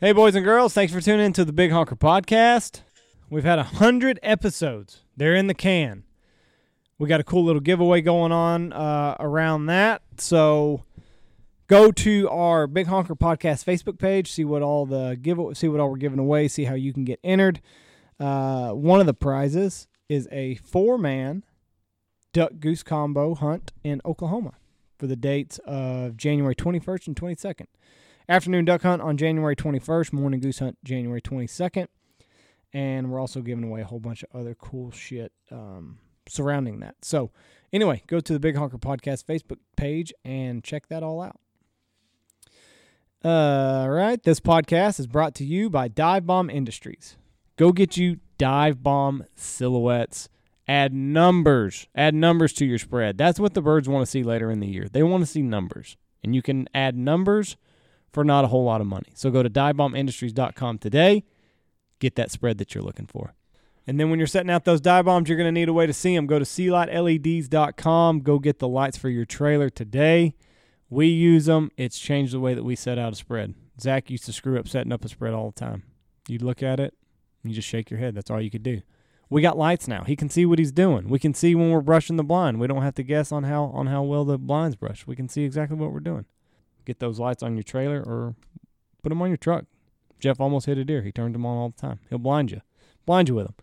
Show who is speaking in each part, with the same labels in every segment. Speaker 1: Hey, boys and girls, thanks for tuning in to the Big Honker Podcast. We've had 100 episodes, they're in the can. We got a cool little giveaway going on uh, around that. So go to our Big Honker Podcast Facebook page, see what all the give, see what all we're giving away, see how you can get entered. Uh, one of the prizes is a four man duck goose combo hunt in Oklahoma for the dates of January 21st and 22nd. Afternoon duck hunt on January 21st, morning goose hunt January 22nd. And we're also giving away a whole bunch of other cool shit um, surrounding that. So, anyway, go to the Big Honker Podcast Facebook page and check that all out. All right. This podcast is brought to you by Dive Bomb Industries. Go get you dive bomb silhouettes. Add numbers. Add numbers to your spread. That's what the birds want to see later in the year. They want to see numbers. And you can add numbers for not a whole lot of money. So go to divebombindustries.com today. Get that spread that you're looking for. And then when you're setting out those dive bombs, you're going to need a way to see them. Go to E sealightleds.com. Go get the lights for your trailer today. We use them. It's changed the way that we set out a spread. Zach used to screw up setting up a spread all the time. You'd look at it, and you just shake your head. That's all you could do. We got lights now. He can see what he's doing. We can see when we're brushing the blind. We don't have to guess on how on how well the blinds brush. We can see exactly what we're doing. Get those lights on your trailer or put them on your truck. Jeff almost hit a deer. He turned them on all the time. He'll blind you. Blind you with them.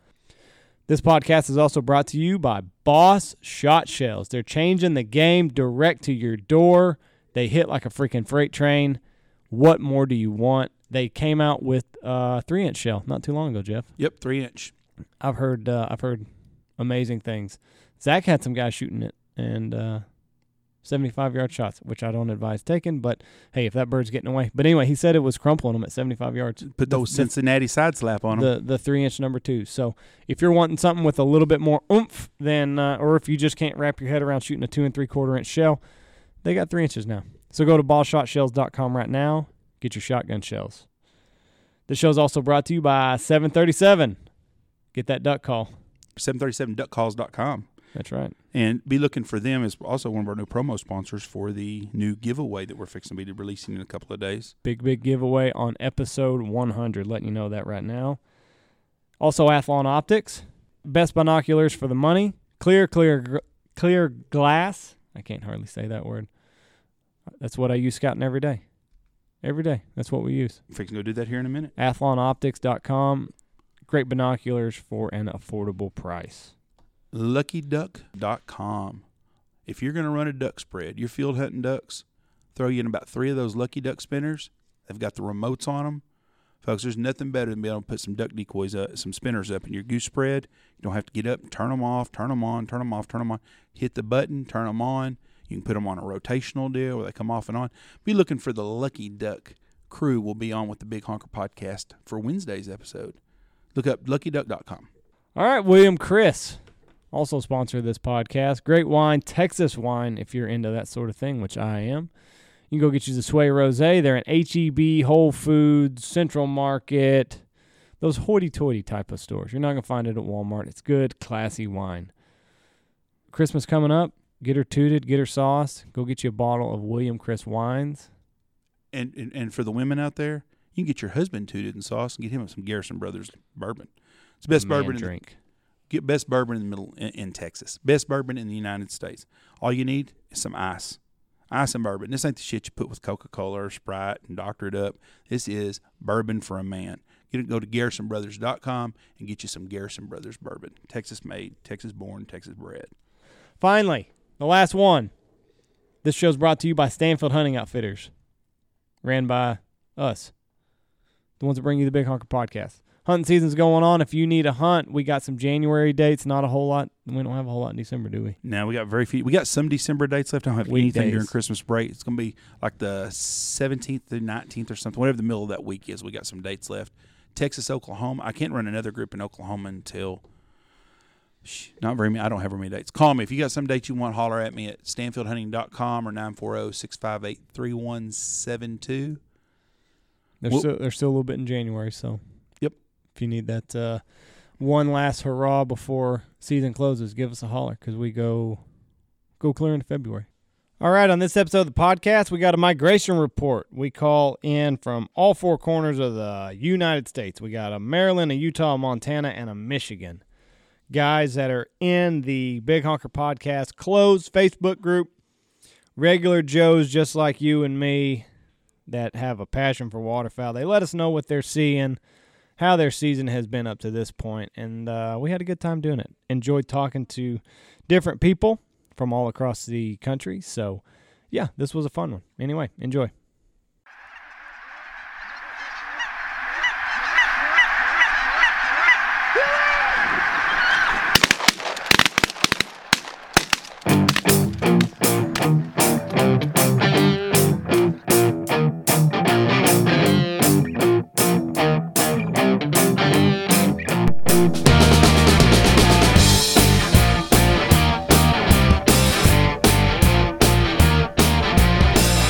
Speaker 1: This podcast is also brought to you by Boss Shot Shells. They're changing the game direct to your door. They hit like a freaking freight train. What more do you want? They came out with a three inch shell not too long ago, Jeff.
Speaker 2: Yep, three inch.
Speaker 1: I've heard uh, I've heard amazing things. Zach had some guy shooting it and uh, 75 yard shots, which I don't advise taking. But hey, if that bird's getting away, but anyway, he said it was crumpling him at 75 yards.
Speaker 2: Put those
Speaker 1: the-
Speaker 2: Cincinnati side slap on them.
Speaker 1: The the three inch number two. So if you're wanting something with a little bit more oomph than, uh, or if you just can't wrap your head around shooting a two and three quarter inch shell, they got three inches now. So go to ballshotshells.com right now. Get your shotgun shells. This show's also brought to you by 737. Get that duck call.
Speaker 2: 737duckcalls.com.
Speaker 1: That's right.
Speaker 2: And be looking for them as also one of our new promo sponsors for the new giveaway that we're fixing to be releasing in a couple of days.
Speaker 1: Big, big giveaway on episode 100. Letting you know that right now. Also, Athlon Optics, best binoculars for the money. Clear, clear, gr- clear glass. I can't hardly say that word. That's what I use scouting every day. Every day. That's what we use.
Speaker 2: I'm fixing to go do that here in a minute.
Speaker 1: Athlonoptics.com. Great binoculars for an affordable price.
Speaker 2: LuckyDuck.com. If you're going to run a duck spread, you're field hunting ducks, throw you in about three of those Lucky Duck spinners. They've got the remotes on them. Folks, there's nothing better than being able to put some duck decoys up, some spinners up in your goose spread. You don't have to get up and turn them off, turn them on, turn them off, turn them on. Hit the button, turn them on. You can put them on a rotational deal where they come off and on. Be looking for the Lucky Duck crew will be on with the Big Honker podcast for Wednesday's episode. Look up luckyduck.com.
Speaker 1: All right, William Chris, also sponsor of this podcast. Great wine, Texas wine, if you're into that sort of thing, which I am. You can go get you the Sway Rose. They're in HEB, Whole Foods, Central Market, those hoity toity type of stores. You're not going to find it at Walmart. It's good, classy wine. Christmas coming up. Get her tooted, get her sauced. Go get you a bottle of William Chris wines.
Speaker 2: and, and and for the women out there, you can get your husband tooted and sauce and get him some Garrison Brothers bourbon. It's the best
Speaker 1: Man
Speaker 2: bourbon. In,
Speaker 1: drink.
Speaker 2: get best bourbon in the middle in, in Texas. Best bourbon in the United States. All you need is some ice, ice and bourbon. This ain't the shit you put with Coca Cola or Sprite and doctor it up. This is bourbon for a man. Get it, go to GarrisonBrothers.com and get you some Garrison Brothers bourbon. Texas made, Texas born, Texas bred.
Speaker 1: Finally, the last one. This show's brought to you by Stanfield Hunting Outfitters, ran by us, the ones that bring you the Big Honker podcast. Hunting season's going on. If you need a hunt, we got some January dates. Not a whole lot. We don't have a whole lot in December, do we?
Speaker 2: Now we got very few. We got some December dates left. I don't have anything
Speaker 1: Weekdays.
Speaker 2: during Christmas break. It's going to be like the 17th through 19th or something, whatever the middle of that week is. We got some dates left. Texas, Oklahoma. I can't run another group in Oklahoma until. Shh, Not very many. I don't have very many dates. Call me if you got some dates you want. Holler at me at stanfieldhunting.com or 940-658-3172.
Speaker 1: There's
Speaker 2: Well-
Speaker 1: still there's still a little bit in January, so
Speaker 2: Yep.
Speaker 1: If you need that uh, one last hurrah before season closes, give us a holler because we go go clear into February. All right, on this episode of the podcast, we got a migration report. We call in from all four corners of the United States. We got a Maryland, a Utah, a Montana, and a Michigan. Guys that are in the Big Honker Podcast closed Facebook group, regular Joes just like you and me that have a passion for waterfowl. They let us know what they're seeing, how their season has been up to this point, and uh, we had a good time doing it. Enjoyed talking to different people from all across the country. So, yeah, this was a fun one. Anyway, enjoy.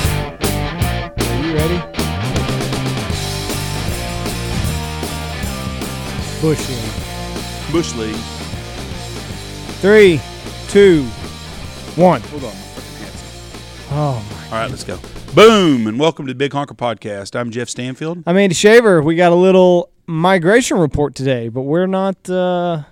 Speaker 1: Are you ready? Bush in.
Speaker 2: Bush League.
Speaker 1: Three, two, one.
Speaker 2: Hold on. my fucking hat's-
Speaker 1: Oh, my.
Speaker 2: All right, let's go. Boom, and welcome to the Big Honker Podcast. I'm Jeff Stanfield.
Speaker 1: I'm Andy Shaver. We got a little migration report today, but we're not. Uh,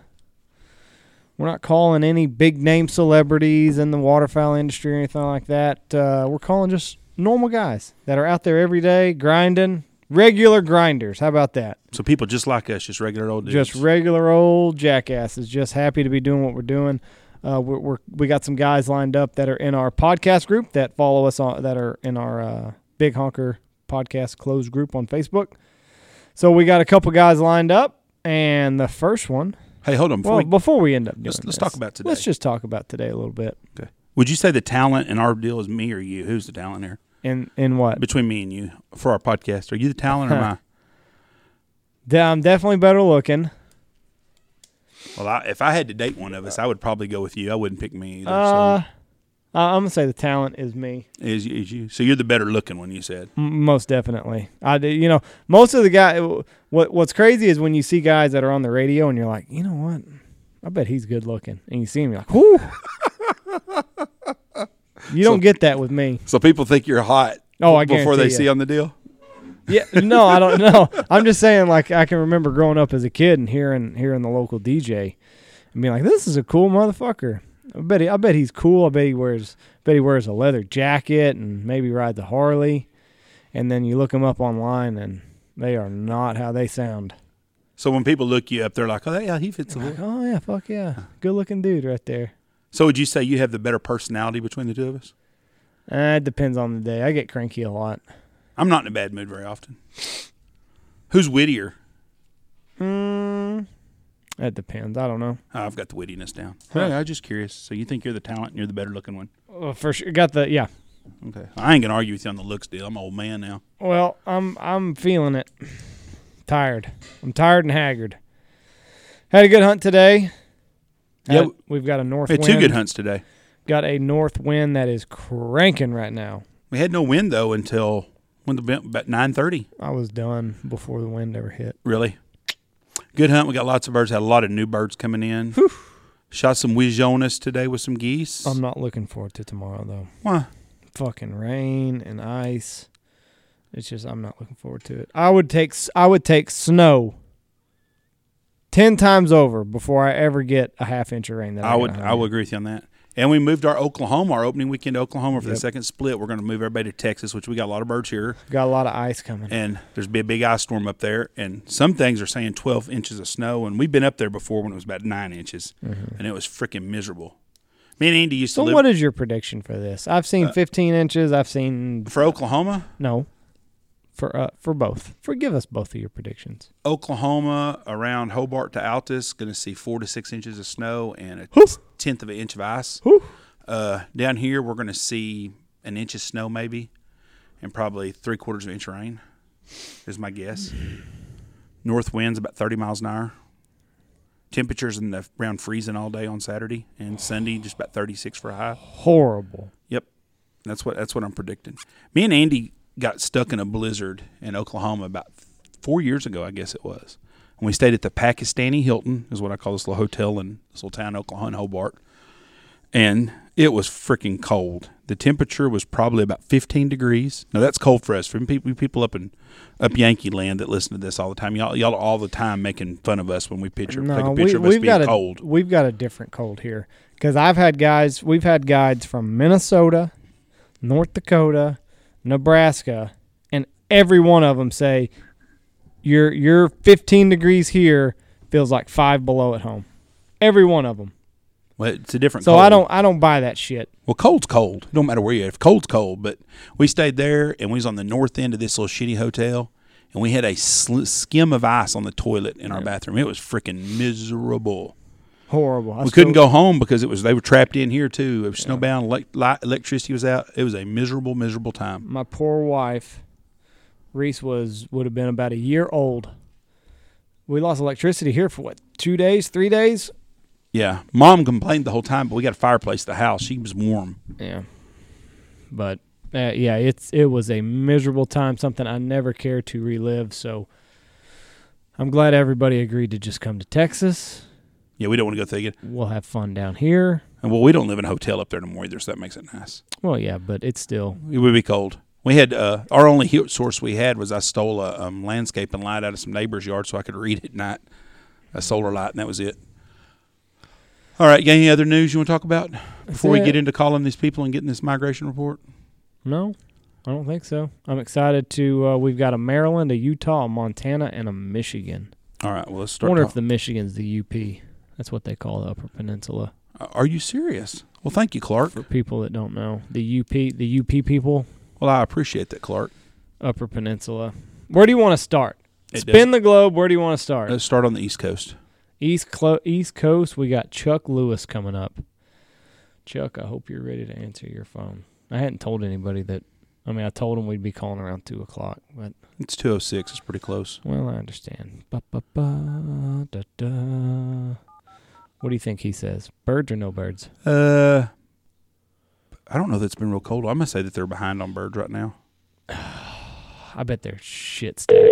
Speaker 1: we're not calling any big name celebrities in the waterfowl industry or anything like that. Uh, we're calling just normal guys that are out there every day grinding, regular grinders. How about that?
Speaker 2: So people just like us, just regular old dudes.
Speaker 1: just regular old jackasses. Just happy to be doing what we're doing. Uh, we're, we're we got some guys lined up that are in our podcast group that follow us on that are in our uh, Big Honker podcast closed group on Facebook. So we got a couple guys lined up, and the first one.
Speaker 2: hey, hold on. Before
Speaker 1: Well,
Speaker 2: we,
Speaker 1: before we end up doing
Speaker 2: let's, let's
Speaker 1: this,
Speaker 2: talk about today.
Speaker 1: Let's just talk about today a little bit.
Speaker 2: Would you say the talent in our deal is me or you? Who's the talent here?
Speaker 1: In in what?
Speaker 2: Between me and you for our podcast. Are you the talent or am I?
Speaker 1: De- I'm definitely better looking.
Speaker 2: Well, I, if I had to date one of us, I would probably go with you. I wouldn't pick me either.
Speaker 1: Uh, I- I'm gonna say the talent is me.
Speaker 2: so, is, is you? So you're the better looking one. You said.
Speaker 1: M- Most definitely. I do. You know, most of the guy. What What's crazy is when you see guys that are on the radio and you're like, you know what? I bet he's good looking, and you see him, you're like, whoo. you don't get that with me.
Speaker 2: So people think you're hot.
Speaker 1: Oh, I
Speaker 2: before they
Speaker 1: guarantee
Speaker 2: see
Speaker 1: you.
Speaker 2: on the deal.
Speaker 1: Yeah, no, I don't know. I'm just saying, like, I can remember growing up as a kid and hearing hearing the local DJ and being like, "This is a cool motherfucker." I bet he, I bet he's cool. I bet he wears, I bet he wears a leather jacket and maybe rides a Harley. And then you look him up online, and they are not how they sound.
Speaker 2: So when people look you up, they're like, "Oh, yeah, he fits the
Speaker 1: Like,
Speaker 2: bill."
Speaker 1: oh yeah, fuck yeah, good looking dude right there.
Speaker 2: So would you say you have the better personality between the two of us?
Speaker 1: Uh, it depends on the day. I get cranky a lot.
Speaker 2: I'm not in a bad mood very often. Who's wittier?
Speaker 1: Mm, that depends. I don't know.
Speaker 2: Oh, I've got the wittiness down.
Speaker 1: Huh.
Speaker 2: Hey, I was just curious. So you think you're the talent and you're the better looking one?
Speaker 1: Uh, for sure, got the yeah.
Speaker 2: Okay. I ain't gonna argue with you on the looks deal. I'm an old man now.
Speaker 1: Well, I'm I'm feeling it. Tired. I'm tired and haggard. Had a good hunt today.
Speaker 2: Yeah,
Speaker 1: Had- we've got a north
Speaker 2: We had
Speaker 1: wind.
Speaker 2: two good hunts today.
Speaker 1: Got a north wind that is cranking right now.
Speaker 2: We had no wind though until when the wind- about nine thirty.
Speaker 1: I was done before the wind ever hit.
Speaker 2: Really. Good hunt. We got lots of birds. Had a lot of new birds coming in. Shot some Wijonas today with some geese.
Speaker 1: I'm not looking forward to tomorrow though.
Speaker 2: Why?
Speaker 1: Fucking rain and ice. It's just I'm not looking forward to it. I would take s- I would take snow. Ten times over before I ever get a half inch of rain. That I,
Speaker 2: I
Speaker 1: get
Speaker 2: would
Speaker 1: out of
Speaker 2: I
Speaker 1: here.
Speaker 2: would agree with you on that. And we moved our Oklahoma, our opening weekend to Oklahoma for the
Speaker 1: Yep.
Speaker 2: second split. We're going to move everybody to Texas, which we got a lot of birds here.
Speaker 1: Got a lot of ice coming.
Speaker 2: And there's be a big ice storm up there. And some things are saying 12 inches of snow. And we've been up there before when it was about nine inches, and it was freaking miserable. Me and Andy used to
Speaker 1: Mm-hmm. So
Speaker 2: live
Speaker 1: what is your prediction for this? I've seen
Speaker 2: Uh,
Speaker 1: 15 inches. I've seen
Speaker 2: for Oklahoma.
Speaker 1: no, for uh, for both. Forgive us both of your predictions.
Speaker 2: Oklahoma around Hobart to Altus, going to see four to six inches of snow and a tenth of an inch of ice.
Speaker 1: Whew.
Speaker 2: Uh, down here, we're going to see an inch of snow maybe, and probably three quarters of an inch of rain. Is my guess. North winds about thirty miles an hour. Temperatures in the around freezing all day on Saturday and Sunday, just about thirty six for a high.
Speaker 1: Horrible.
Speaker 2: Yep, that's what that's what I'm predicting. Me and Andy got stuck in a blizzard in Oklahoma about four years ago, I guess it was. And we stayed at the Pakistani Hilton, is what I call this little hotel in this little town, Oklahoma, in Hobart. And It was freaking cold. The temperature was probably about 15 degrees. Now that's cold for us. For people, people up in up Yankee land that listen to this all the time, y'all, y'all are all the time making fun of us when we picture take a picture of us
Speaker 1: we've got
Speaker 2: being
Speaker 1: a,
Speaker 2: cold.
Speaker 1: We've got a different cold here because I've had guys. We've had guides from Minnesota, North Dakota, Nebraska, and every one of them say, "Your your 15 degrees here feels like five below at home." Every one of them.
Speaker 2: Well, it's a different.
Speaker 1: So
Speaker 2: cold.
Speaker 1: I don't I don't buy that shit.
Speaker 2: Well, cold's cold. It don't matter where you are. If cold's cold, but we stayed there and we was on the north end of this little shitty hotel, and we had a sl- skim of ice on the toilet in our bathroom. It was freaking miserable.
Speaker 1: Horrible. I
Speaker 2: we couldn't go home because it was they were trapped in here too. It was snowbound. Elect- light, electricity was out. It was a miserable, miserable time.
Speaker 1: my poor wife reese was would have been about a year old we lost electricity here for what two days three days
Speaker 2: Yeah, mom complained the whole time, but we got a fireplace at the house. She was warm.
Speaker 1: yeah but uh, yeah it's it was a miserable time something i never care to relive so i'm glad everybody agreed to just come to texas
Speaker 2: Yeah, we don't want to go through it. again.
Speaker 1: we'll have fun down here
Speaker 2: And well, we don't live in a hotel up there no more either, so that makes it nice.
Speaker 1: well yeah but it's still
Speaker 2: It would be cold. We had uh, our only heat source we had was I stole a um, landscaping light out of some neighbor's yard so I could read at night, a solar light, and that was it. All right, got any other news you want to talk about before we
Speaker 1: it.
Speaker 2: get into calling these people and getting this migration report?
Speaker 1: no i don't think so i'm excited to uh, we've got a maryland a utah a montana and a michigan
Speaker 2: All right, well let's
Speaker 1: I
Speaker 2: start.
Speaker 1: wonder
Speaker 2: talk-
Speaker 1: if the Michigan's the UP. That's what they call the Upper Peninsula.
Speaker 2: Are you serious? Well, thank you, Clark.
Speaker 1: For people that don't know, the UP, the UP people,
Speaker 2: Well, I appreciate that, Clark.
Speaker 1: Upper Peninsula. Where do you want to start?
Speaker 2: It
Speaker 1: Spin the globe. Where do you want to
Speaker 2: does-
Speaker 1: start?
Speaker 2: Let's start on the East Coast.
Speaker 1: East clo- East Coast. We got Chuck Lewis coming up. Chuck, I hope you're ready to answer your phone. I hadn't told anybody that. I mean, I told him we'd be calling around two o'clock, but
Speaker 2: It's two oh six. It's pretty close.
Speaker 1: well, I understand. Ba, ba, ba, da, da. What do you think he says? Birds or no birds?
Speaker 2: Uh, I don't know. That's been real cold. I'm gonna say that they're behind on birds right now.
Speaker 1: I bet they're shit stacked.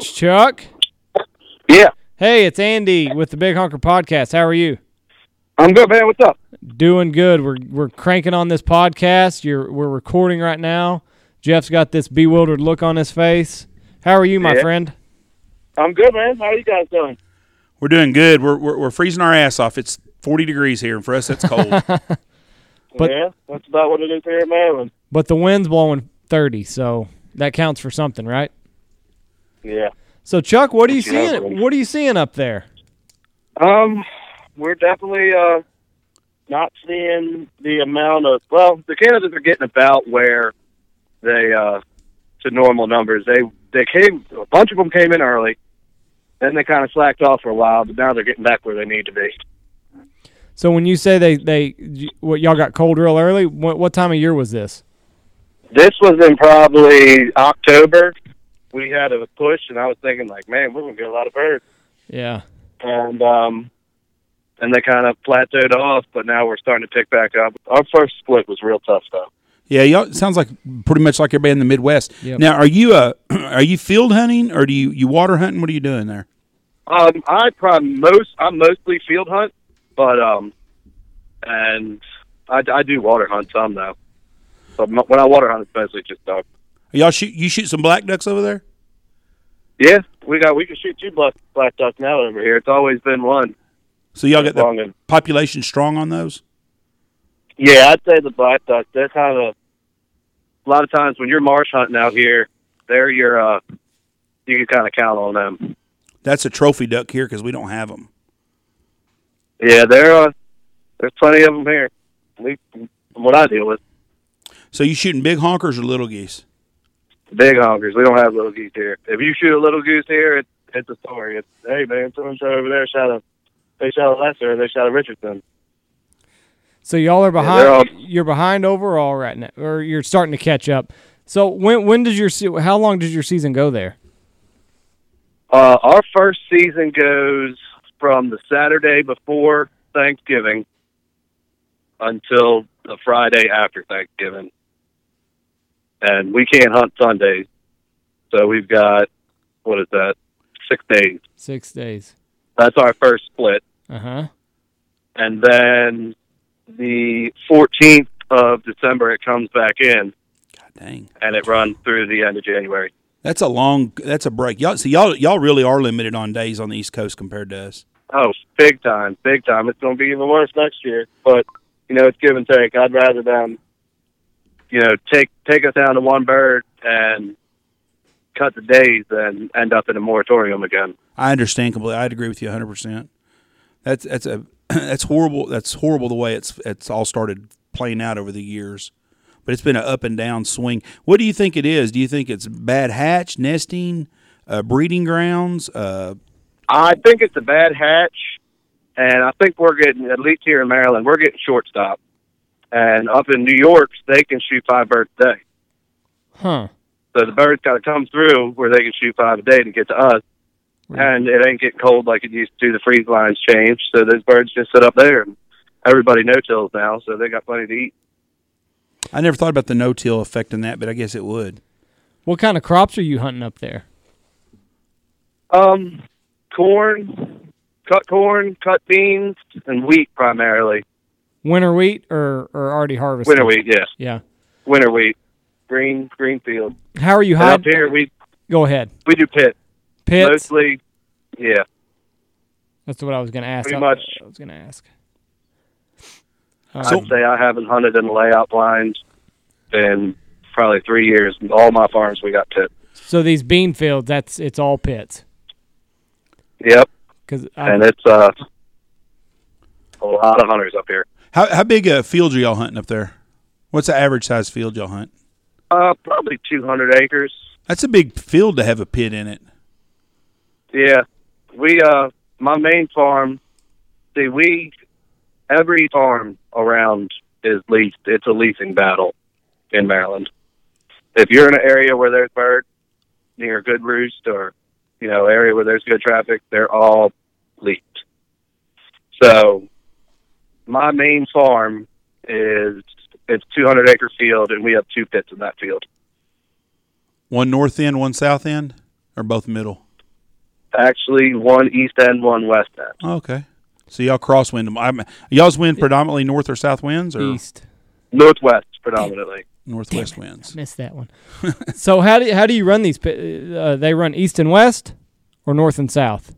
Speaker 1: Chuck?
Speaker 3: Yeah,
Speaker 1: Hey, it's Andy with the Big Honker Podcast. How are you?
Speaker 3: I'm good, man. What's up?
Speaker 1: Doing good. We're we're cranking on this podcast. You're we're recording right now. Jeff's got this bewildered look on his face. How are you, my
Speaker 3: Yeah.
Speaker 1: friend?
Speaker 3: I'm good, man. How are you guys doing?
Speaker 2: We're doing good. We're, we're, we're freezing our ass off. It's 40 degrees here, and for us, that's cold.
Speaker 1: But-
Speaker 3: yeah, that's about what it is here in Maryland.
Speaker 1: But the wind's blowing 30, so that counts for something, right?
Speaker 3: Yeah.
Speaker 1: So Chuck, what are you
Speaker 3: Yeah,
Speaker 1: seeing?
Speaker 3: buddy.
Speaker 1: What are you seeing up there?
Speaker 3: Um, we're definitely uh not seeing the amount of well, the candidates are getting about where they uh to normal numbers. They they came a bunch of them came in early, then they kind of slacked off for a while, but now they're getting back where they need to be.
Speaker 1: So when you say they they y- what y'all got cold real early, what, what time of year was this?
Speaker 3: This was in probably October. We had a push, and I was thinking like, man, we're gonna get a lot of birds.
Speaker 1: Yeah.
Speaker 3: and um, and they kind of plateaued off, but now we're starting to pick back up. Our first split was real tough, though.
Speaker 2: yeah, y'all it sounds like pretty much like everybody in the Midwest.
Speaker 1: Yep.
Speaker 2: Now, are you uh, are you field hunting or do you, you water hunting? What are you doing there?
Speaker 3: Um, I probably most I mostly field hunt, but um, and I, I do water hunt some though. But m- when I water hunt, it's mostly just duck.
Speaker 2: Y'all shoot you shoot some black ducks over there?
Speaker 3: Yeah, we got we can shoot two black black duck now over here. It's always been one.
Speaker 2: So y'all got
Speaker 3: Long
Speaker 2: the
Speaker 3: and
Speaker 2: population strong on those?
Speaker 3: Yeah, I'd say the black duck. They're kind of a lot of times when you're marsh hunting out here, they're your uh, you can kind of count on them.
Speaker 2: That's a trophy duck here because we don't have them.
Speaker 3: Yeah, there are. There's plenty of them here. At least from what I deal with,
Speaker 2: So you shooting big honkers or little geese?
Speaker 3: big honkers. We don't have little geese here. If you shoot a little goose here, it, it's a story. It's hey man, someone shot over there shot a. They shot a lesser. They shot a Richardson.
Speaker 1: So y'all are behind.
Speaker 3: they're all-
Speaker 1: you're behind overall right now, or you're starting to catch up. So when when does your se- how long does your season go there?
Speaker 3: Uh, our first season goes from the Saturday before Thanksgiving until the Friday after Thanksgiving, and we can't hunt Sundays. So we've got what is that? Six days.
Speaker 1: Six days.
Speaker 3: That's our first split.
Speaker 1: Uh huh.
Speaker 3: and then the 14th of December it comes back in
Speaker 2: God dang.
Speaker 3: and it runs through the end of January.
Speaker 2: That's a long. That's a break. Y'all see, y'all y'all really are limited on days on the East Coast compared to us.
Speaker 3: Oh, big time, big time. It's going to be even worse next year. But you know, it's give and take. I'd rather them, you know, take take us down to one bird and cut the days than end up in a moratorium again.
Speaker 2: I understand completely. I'd agree with you 100. percent That's that's a that's horrible. That's horrible the way it's it's all started playing out over the years. But it's been an up and down swing. What do you think it is? Do you think it's bad hatch nesting, uh, breeding grounds? Uh,
Speaker 3: I think it's a bad hatch, and I think we're getting at least here in Maryland, we're getting shortstop. And up in New York, they can shoot five birds a day.
Speaker 1: Huh.
Speaker 3: So the birds got to come through where they can shoot five a day to get to us.
Speaker 1: Right.
Speaker 3: And it ain't getting cold like it used to. The freeze lines changed, so those birds just sit up there. And everybody no tills now, so they got plenty to eat.
Speaker 2: I never thought about the no till affecting that, but I guess it would.
Speaker 1: What kind of crops are you hunting up there?
Speaker 3: Um, corn, cut corn, cut beans, and wheat primarily.
Speaker 1: Winter wheat or, or already harvested?
Speaker 3: Winter wheat, yes,
Speaker 1: Yeah.
Speaker 3: winter wheat, green green field.
Speaker 1: How are you
Speaker 3: And up
Speaker 1: hiding?
Speaker 3: here we
Speaker 1: Go ahead.
Speaker 3: we do pit
Speaker 1: Pits.
Speaker 3: mostly. Yeah,
Speaker 1: That's what I was going to ask.
Speaker 3: Pretty
Speaker 1: I-
Speaker 3: much.
Speaker 1: I was going to ask.
Speaker 2: So-
Speaker 1: Um,
Speaker 3: I'd say I haven't hunted in layout blinds in probably three years. All my farms we got pit.
Speaker 1: so these bean fields, that's it's all pits.
Speaker 3: Yep,
Speaker 1: Cause
Speaker 3: and
Speaker 1: I,
Speaker 3: it's uh a lot of hunters up here.
Speaker 2: How how big a field are y'all hunting up there? What's the average size field y'all hunt?
Speaker 3: Uh, probably 200 acres.
Speaker 2: That's a big field to have a pit in it.
Speaker 3: Yeah, we uh, my main farm. See, we every farm around is leased. It's a leasing battle in Maryland. If you're in an area where there's birds near a good roost or you know area where there's good traffic, they're all leased. So my main farm is it's 200 acre field, and we have two pits in that field.
Speaker 2: One north end, one south end, or both middle.
Speaker 3: Actually, one east end, one west end.
Speaker 2: Oh, okay. So y'all crosswind them. I'm, y'all's wind predominantly north or south winds or
Speaker 1: east.
Speaker 3: Northwest predominantly.
Speaker 2: northwest winds.
Speaker 1: Missed that one. so how do how do you run these? pi- Uh, they run east and west, or north and south?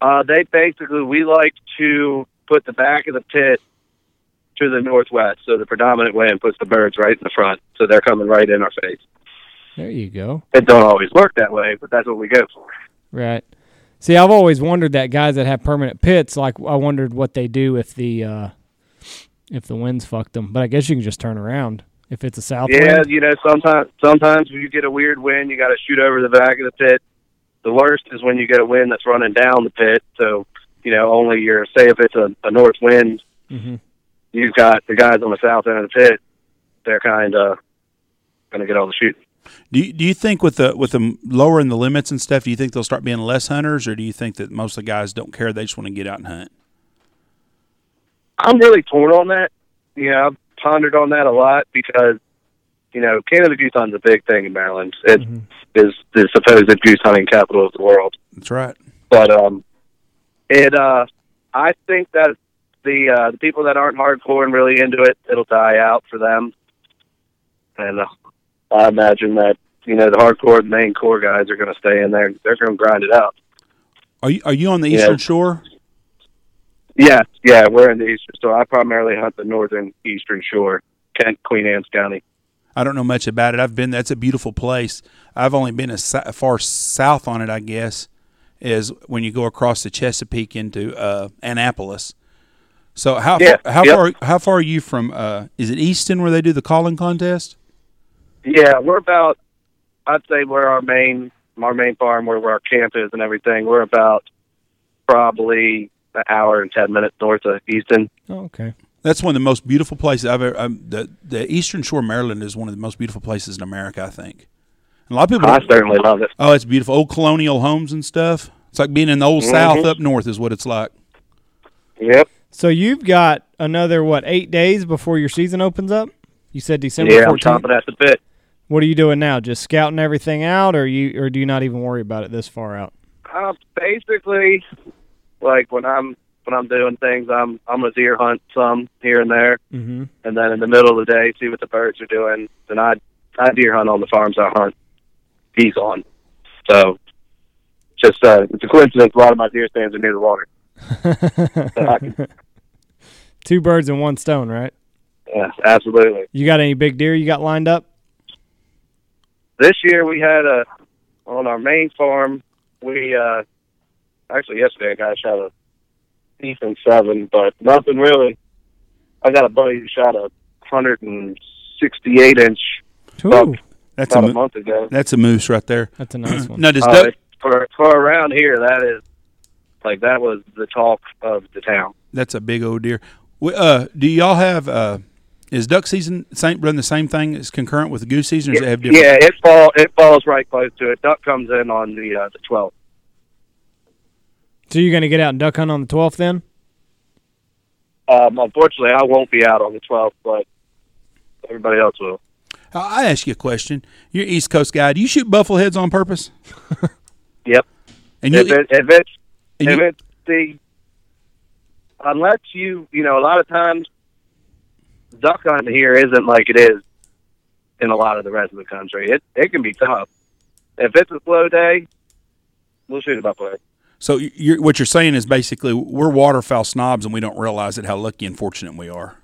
Speaker 3: Uh, they basically we like to put the back of the pit to the northwest, so the predominant wind puts the birds right in the front, so they're coming right in our face.
Speaker 1: There you go.
Speaker 3: It don't always work that way, but that's what we go for.
Speaker 1: Right. See, I've always wondered that guys that have permanent pits, like I wondered what they do if the uh, if the winds fucked them. But I guess you can just turn around if it's a south
Speaker 3: yeah,
Speaker 1: wind.
Speaker 3: you know sometimes sometimes when you get a weird wind, you got to shoot over the back of the pit. The worst is when you get a wind that's running down the pit. So you know only your say if it's a, a north wind,
Speaker 1: Mhm.
Speaker 3: you've got the guys on the south end of the pit. They're kind of going to get all the shooting.
Speaker 2: Do you, do you think with the with them lowering the limits and stuff, do you think they'll start being less hunters, or do you think that most of the guys don't care? They just want to get out and hunt.
Speaker 3: I'm really torn on that. You know, I've pondered on that a lot because, you know, Canada goose hunting's a big thing in Maryland. It is
Speaker 1: Mhm.
Speaker 3: the supposed goose hunting capital of the world.
Speaker 2: That's right.
Speaker 3: But um, it uh, I think that the uh, the people that aren't hardcore and really into it, it'll die out for them. And uh, I imagine that you know the hardcore, the main core guys are going to stay in there. They're going to grind it out.
Speaker 2: Are you are you on the
Speaker 3: Yeah.
Speaker 2: eastern shore?
Speaker 3: Yeah, yeah, we're in the eastern. So I primarily hunt the northern eastern shore, Kent, Queen Anne's County.
Speaker 2: I don't know much about it. I've been. That's a beautiful place. I've only been as si- far south on it, I guess, is when you go across the Chesapeake into uh, Annapolis. So how
Speaker 3: Yeah,
Speaker 2: far, how
Speaker 3: yep.
Speaker 2: far how far are you from? Uh, is it Easton where they do the calling contest?
Speaker 3: Yeah, we're about. I'd say where our main our main farm, where, where our camp is, and everything. We're about probably an hour and ten minutes north of Easton.
Speaker 1: Oh, okay.
Speaker 2: That's one of the most beautiful places I've ever. i the the Eastern Shore, Maryland, is one of the most beautiful places in America. I think. And a lot of people.
Speaker 3: I
Speaker 2: don't-
Speaker 3: certainly love it.
Speaker 2: oh, it's beautiful. Old colonial homes and stuff. It's like being in the
Speaker 3: Mm-hmm.
Speaker 2: old South up north is what it's like.
Speaker 3: Yep.
Speaker 1: So you've got another what eight days before your season opens up? You said December
Speaker 3: Yeah, I'm
Speaker 1: 14th.
Speaker 3: chomping at the bit.
Speaker 1: What are you doing now? Just scouting everything out, or you, or do you not even worry about it this far out?
Speaker 3: Uh, basically, like when I'm when I'm doing things. I'm I'm gonna deer hunt some here and there,
Speaker 1: Mm-hmm.
Speaker 3: and then in the middle of the day, see what the birds are doing. Then I I deer hunt on the farms I hunt. He's on, so just uh, it's a coincidence. A lot of my deer stands are near the water.
Speaker 1: Two birds and one stone, right?
Speaker 3: Yeah, absolutely.
Speaker 1: You got any big deer you got lined up?
Speaker 3: This year we had a on our main farm. We uh, actually yesterday a guy shot a decent seven, but nothing really. I got a buddy who shot a hundred and sixty-eight inch
Speaker 1: Ooh,
Speaker 2: That's a
Speaker 3: about a
Speaker 2: mo-
Speaker 3: month ago.
Speaker 2: that's a moose right there.
Speaker 1: that's a nice one.
Speaker 2: No, does
Speaker 3: Uh,
Speaker 2: duck,
Speaker 3: for for around here, that is like that was the talk of the town.
Speaker 2: that's a big old deer. Wh- Uh, do y'all have uh, is duck season same run the same thing as concurrent with goose season? Or does it have different?
Speaker 3: yeah, it fall it falls right close to it. Duck comes in on the uh, the twelfth.
Speaker 1: So you're gonna get out and duck hunt on the 12th then?
Speaker 3: Um, unfortunately, I won't be out on the twelfth, but everybody else will.
Speaker 2: I I ask you a question. You're an East Coast guy. Do you shoot buffalo heads on purpose?
Speaker 3: Yep.
Speaker 2: And
Speaker 3: If,
Speaker 2: you,
Speaker 3: it, if it's
Speaker 2: and
Speaker 3: if
Speaker 2: you
Speaker 3: it's the unless you you know a lot of times duck hunting here isn't like it is in a lot of the rest of the country. It it can be tough. If it's a slow day, we'll shoot about play.
Speaker 2: so you're, what you're saying is basically we're waterfowl snobs and we don't realize it how lucky and fortunate we are.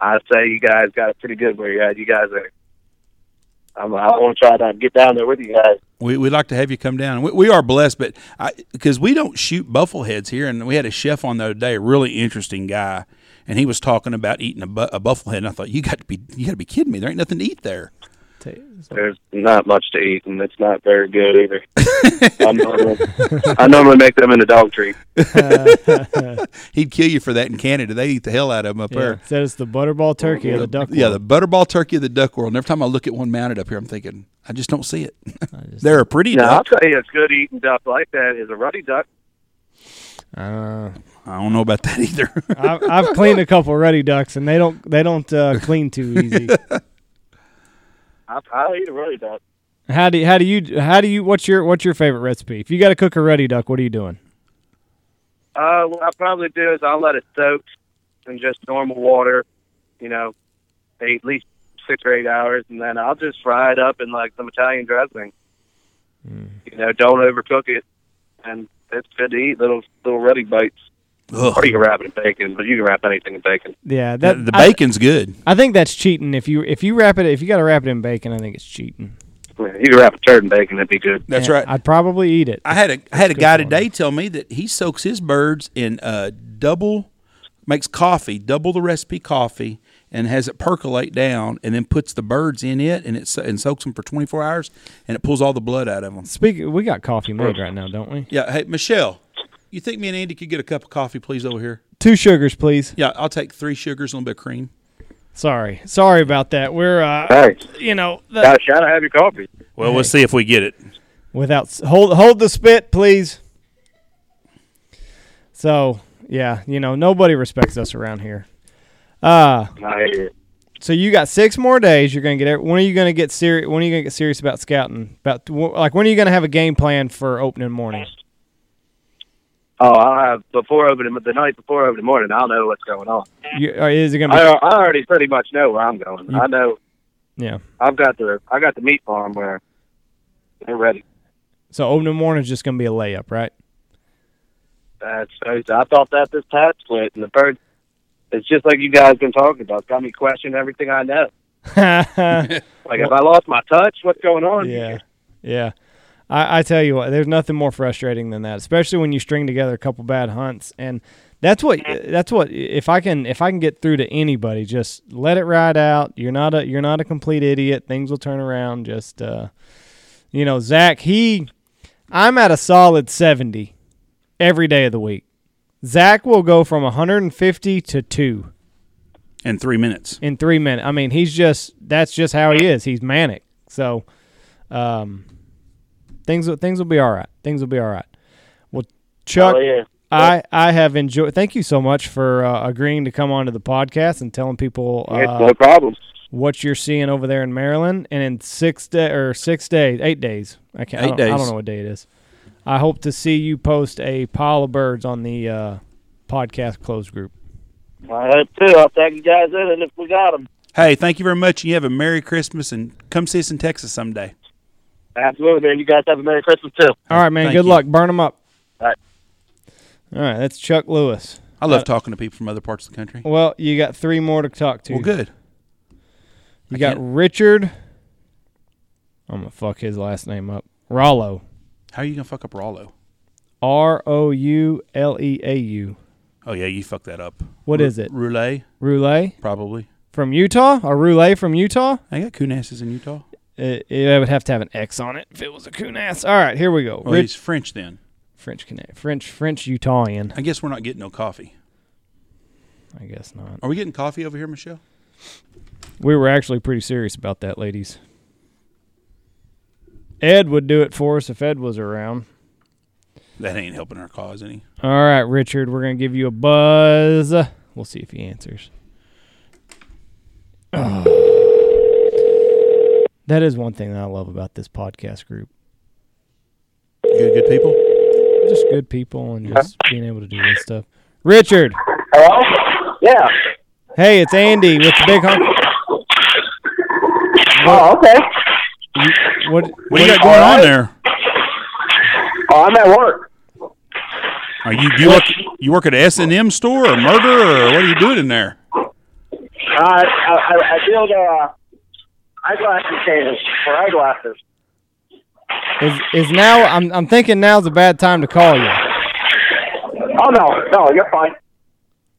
Speaker 3: I'd say you guys got it pretty good where you're at. You guys are. I'm, I want to try to get down there with you guys.
Speaker 2: We, we'd like to have you come down. We, we are blessed, but because we don't shoot buffalo heads here, and we had a chef on the other day, a really interesting guy, and he was talking about eating a, bu- a buffalo head, and I thought you got to be you got to be kidding me. There ain't nothing to eat there.
Speaker 1: Ta- so-
Speaker 3: There's not much to eat, and it's not very good either. I normally, I normally make them into dog treat.
Speaker 2: He'd kill you for that in Canada. They eat the hell out of them up
Speaker 1: Yeah.
Speaker 2: there.
Speaker 1: Said it's the butterball turkey or the duck.
Speaker 2: Yeah, the
Speaker 1: worm.
Speaker 2: butterball turkey of the duck world. And every time I look at one mounted up here, I'm thinking, I just don't see it.
Speaker 1: just-
Speaker 2: They're a pretty
Speaker 3: Yeah, I'll
Speaker 2: duck.
Speaker 3: tell you, it's good eating duck like that is a ruddy duck.
Speaker 1: Uh,
Speaker 2: I don't know about that either.
Speaker 1: I've, I've cleaned a couple ruddy ducks, and they don't they don't uh, clean too easy.
Speaker 3: I, I'll eat a ruddy duck.
Speaker 1: How do you, how do you how do you what's your what's your favorite recipe? If you got to cook a ruddy duck, what are you doing?
Speaker 3: Uh, what I probably do is I'll let it soak in just normal water, you know, at least six or eight hours, and then I'll just fry it up in like some Italian dressing. You know, don't overcook it, and it's good to eat little little ruddy bites.
Speaker 2: Ugh.
Speaker 3: Or you can wrap it in bacon, but you can wrap anything in bacon.
Speaker 1: Yeah,
Speaker 2: The,
Speaker 1: that
Speaker 2: the
Speaker 1: I-
Speaker 2: bacon's good.
Speaker 1: I, think that's cheating. If you if you wrap it if you got to wrap it in bacon, I think it's cheating.
Speaker 3: Yeah, You can wrap a turd in bacon; that'd be good.
Speaker 2: That's
Speaker 1: Yeah,
Speaker 2: right.
Speaker 1: I'd probably eat it.
Speaker 2: I had a I had a
Speaker 1: good
Speaker 2: guy
Speaker 1: for 'em.
Speaker 2: today tell me that he soaks his birds in uh, double makes coffee, double the recipe coffee, and has it percolate down, and then puts the birds in it, and it so- and soaks them for 24 hours, and it pulls all the blood out of them.
Speaker 1: Speak. We got coffee made right now, don't we?
Speaker 2: Yeah. Hey, Michelle, you think me and Andy could get a cup of coffee, please, over here?
Speaker 1: Two sugars, please.
Speaker 2: Yeah, I'll take three sugars, a little bit of cream.
Speaker 1: Sorry, sorry about that. We're uh,
Speaker 3: Hey,
Speaker 1: you know, the,
Speaker 3: gotta shout out have your coffee.
Speaker 2: Well, we'll see if we get it.
Speaker 1: without s- hold hold the spit, please. So yeah, you know, nobody respects us around here. Uh
Speaker 3: I hear you.
Speaker 1: so you got six more days. You're gonna get. every- When are you gonna get serious? When are you gonna get serious about scouting? About wh- like when are you gonna have a game plan for opening morning?
Speaker 3: Oh, I'll have before opening the night before opening morning. I'll know what's going on.
Speaker 1: You, or is it gonna be?
Speaker 3: I, I already pretty much know where I'm going. I know
Speaker 1: yeah.
Speaker 3: I've got the I got the meat farm where they're ready.
Speaker 1: So opening morning is just gonna be a layup, right?
Speaker 3: That's crazy. I thought that this past split and the bird. It's just like you guys been talking about. Got me questioning everything I know. Like, if I lost my touch? What's going on?
Speaker 1: yeah,
Speaker 3: here?
Speaker 1: yeah. I, I tell you what, there's nothing more frustrating than that, especially when you string together a couple bad hunts, and that's what that's what if I can if I can get through to anybody, just let it ride out. You're not a you're not a complete idiot. Things will turn around. Just uh, you know, Zach, he, I'm at a solid seventy every day of the week. Zach will go from 150 to two
Speaker 2: In three minutes.
Speaker 1: in three minutes. I mean, he's just that's just how he is. He's manic. So, um, things will- things will be all right. Things will be all right. Well, Chuck,
Speaker 3: Oh, yeah.
Speaker 1: I I have enjoyed. Thank you so much for uh, agreeing to come onto the podcast and telling people
Speaker 3: It's
Speaker 1: uh,
Speaker 3: no problem.
Speaker 1: what you're seeing over there in Maryland. And in six day or six days, eight days. I can't. I
Speaker 2: Eight
Speaker 1: don't, I
Speaker 2: days.
Speaker 1: don't know what day it is. I hope to see you post a pile of birds on the uh, podcast closed group.
Speaker 3: I hope too. I'll tag you guys in it if we got them.
Speaker 2: Hey, thank you very much. You have a Merry Christmas and come see us in Texas someday.
Speaker 3: Absolutely, man. You guys have a Merry Christmas too.
Speaker 1: All right, man.
Speaker 2: Thank
Speaker 1: good
Speaker 2: you.
Speaker 1: luck. Burn them up.
Speaker 3: All right.
Speaker 1: All right. That's Chuck Lewis.
Speaker 2: I love talking to people from other parts of the country.
Speaker 1: Well, you got three more to talk to.
Speaker 2: Well, good.
Speaker 1: You
Speaker 2: I
Speaker 1: got
Speaker 2: can't-
Speaker 1: Richard. I'm gonna fuck his last name up. Rollo.
Speaker 2: How are you gonna fuck up Rollo?
Speaker 1: R O U L E A U.
Speaker 2: Oh yeah, you fucked that up.
Speaker 1: What
Speaker 2: What is
Speaker 1: is it?
Speaker 2: Roulette,
Speaker 1: Roulet
Speaker 2: probably.
Speaker 1: from Utah? A roulet from Utah?
Speaker 2: I got Kunasses in Utah.
Speaker 1: It, it would have to have an X on it if it was a Kunas. All right, here we go.
Speaker 2: Well,
Speaker 1: Rich,
Speaker 2: Oh, he's French then.
Speaker 1: French Cana- French French Utahian.
Speaker 2: I guess we're not getting no coffee.
Speaker 1: I guess not.
Speaker 2: Are we getting coffee over here, Michelle?
Speaker 1: We were actually pretty serious about that, ladies. Ed would do it for us if Ed was around.
Speaker 2: That ain't helping our cause any.
Speaker 1: All right, Richard, we're gonna give you a buzz. We'll see if he answers. Ah. That is one thing that I love about this podcast group.
Speaker 2: Good, good people.
Speaker 1: Just good people and just being able to do this stuff. Richard,
Speaker 3: Hello. Yeah.
Speaker 1: hey, it's Andy with the Big Honk.
Speaker 3: Oh, okay.
Speaker 1: What?
Speaker 2: What do you got
Speaker 3: All
Speaker 2: going on
Speaker 3: right.
Speaker 2: there?
Speaker 3: Oh, I'm at work.
Speaker 2: Are you do you work you work at an S and M store or murder or what are you doing in there?
Speaker 3: Uh, I, I, I build uh, eyeglasses cases for eyeglasses.
Speaker 1: Is is now? I'm I'm thinking now's a bad time to call you.
Speaker 3: Oh no, no, you're fine. It's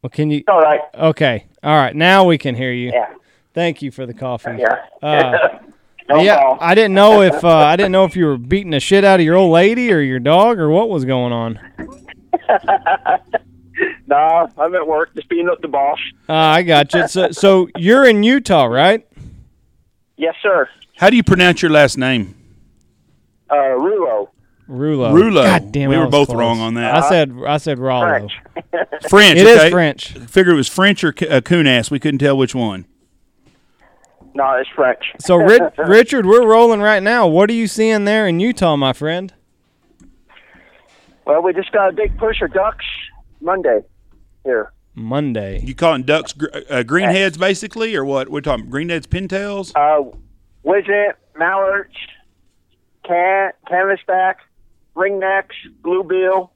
Speaker 1: Well, can you?
Speaker 3: all right.
Speaker 1: Okay, all right. Now we can hear you.
Speaker 3: Yeah.
Speaker 1: Thank you for the coffee.
Speaker 3: Yeah. Oh,
Speaker 1: Uh,
Speaker 3: no
Speaker 1: Yeah,
Speaker 3: problem.
Speaker 1: I didn't know if uh, I didn't know if you were beating the shit out of your old lady or your dog or what was going on.
Speaker 3: Nah, I'm at work, just being up the boss.
Speaker 1: Uh, I got you. So, so you're in Utah, right?
Speaker 3: Yes, sir.
Speaker 2: How do you pronounce your last name?
Speaker 3: Uh, Rulo.
Speaker 1: Rulo.
Speaker 2: Rulo.
Speaker 1: Uh, God damn,
Speaker 2: we
Speaker 1: I
Speaker 2: were
Speaker 1: was
Speaker 2: both
Speaker 1: close.
Speaker 2: wrong on that.
Speaker 1: I said I said Rollo.
Speaker 3: French.
Speaker 2: French.
Speaker 1: It is
Speaker 2: okay?
Speaker 1: French.
Speaker 2: Figure it was French or uh, Kunas. We couldn't tell which one.
Speaker 3: No, it's French.
Speaker 1: So, Ri- Richard, we're rolling right now. What are you seeing there in Utah, my friend?
Speaker 3: Well, we just got a big push of ducks Monday here.
Speaker 1: Monday.
Speaker 2: You calling ducks gr- uh, greenheads basically, or what? We're talking greenheads, pintails.
Speaker 3: Uh, widget, mallards, can, canvasback, ringnecks, bluebill,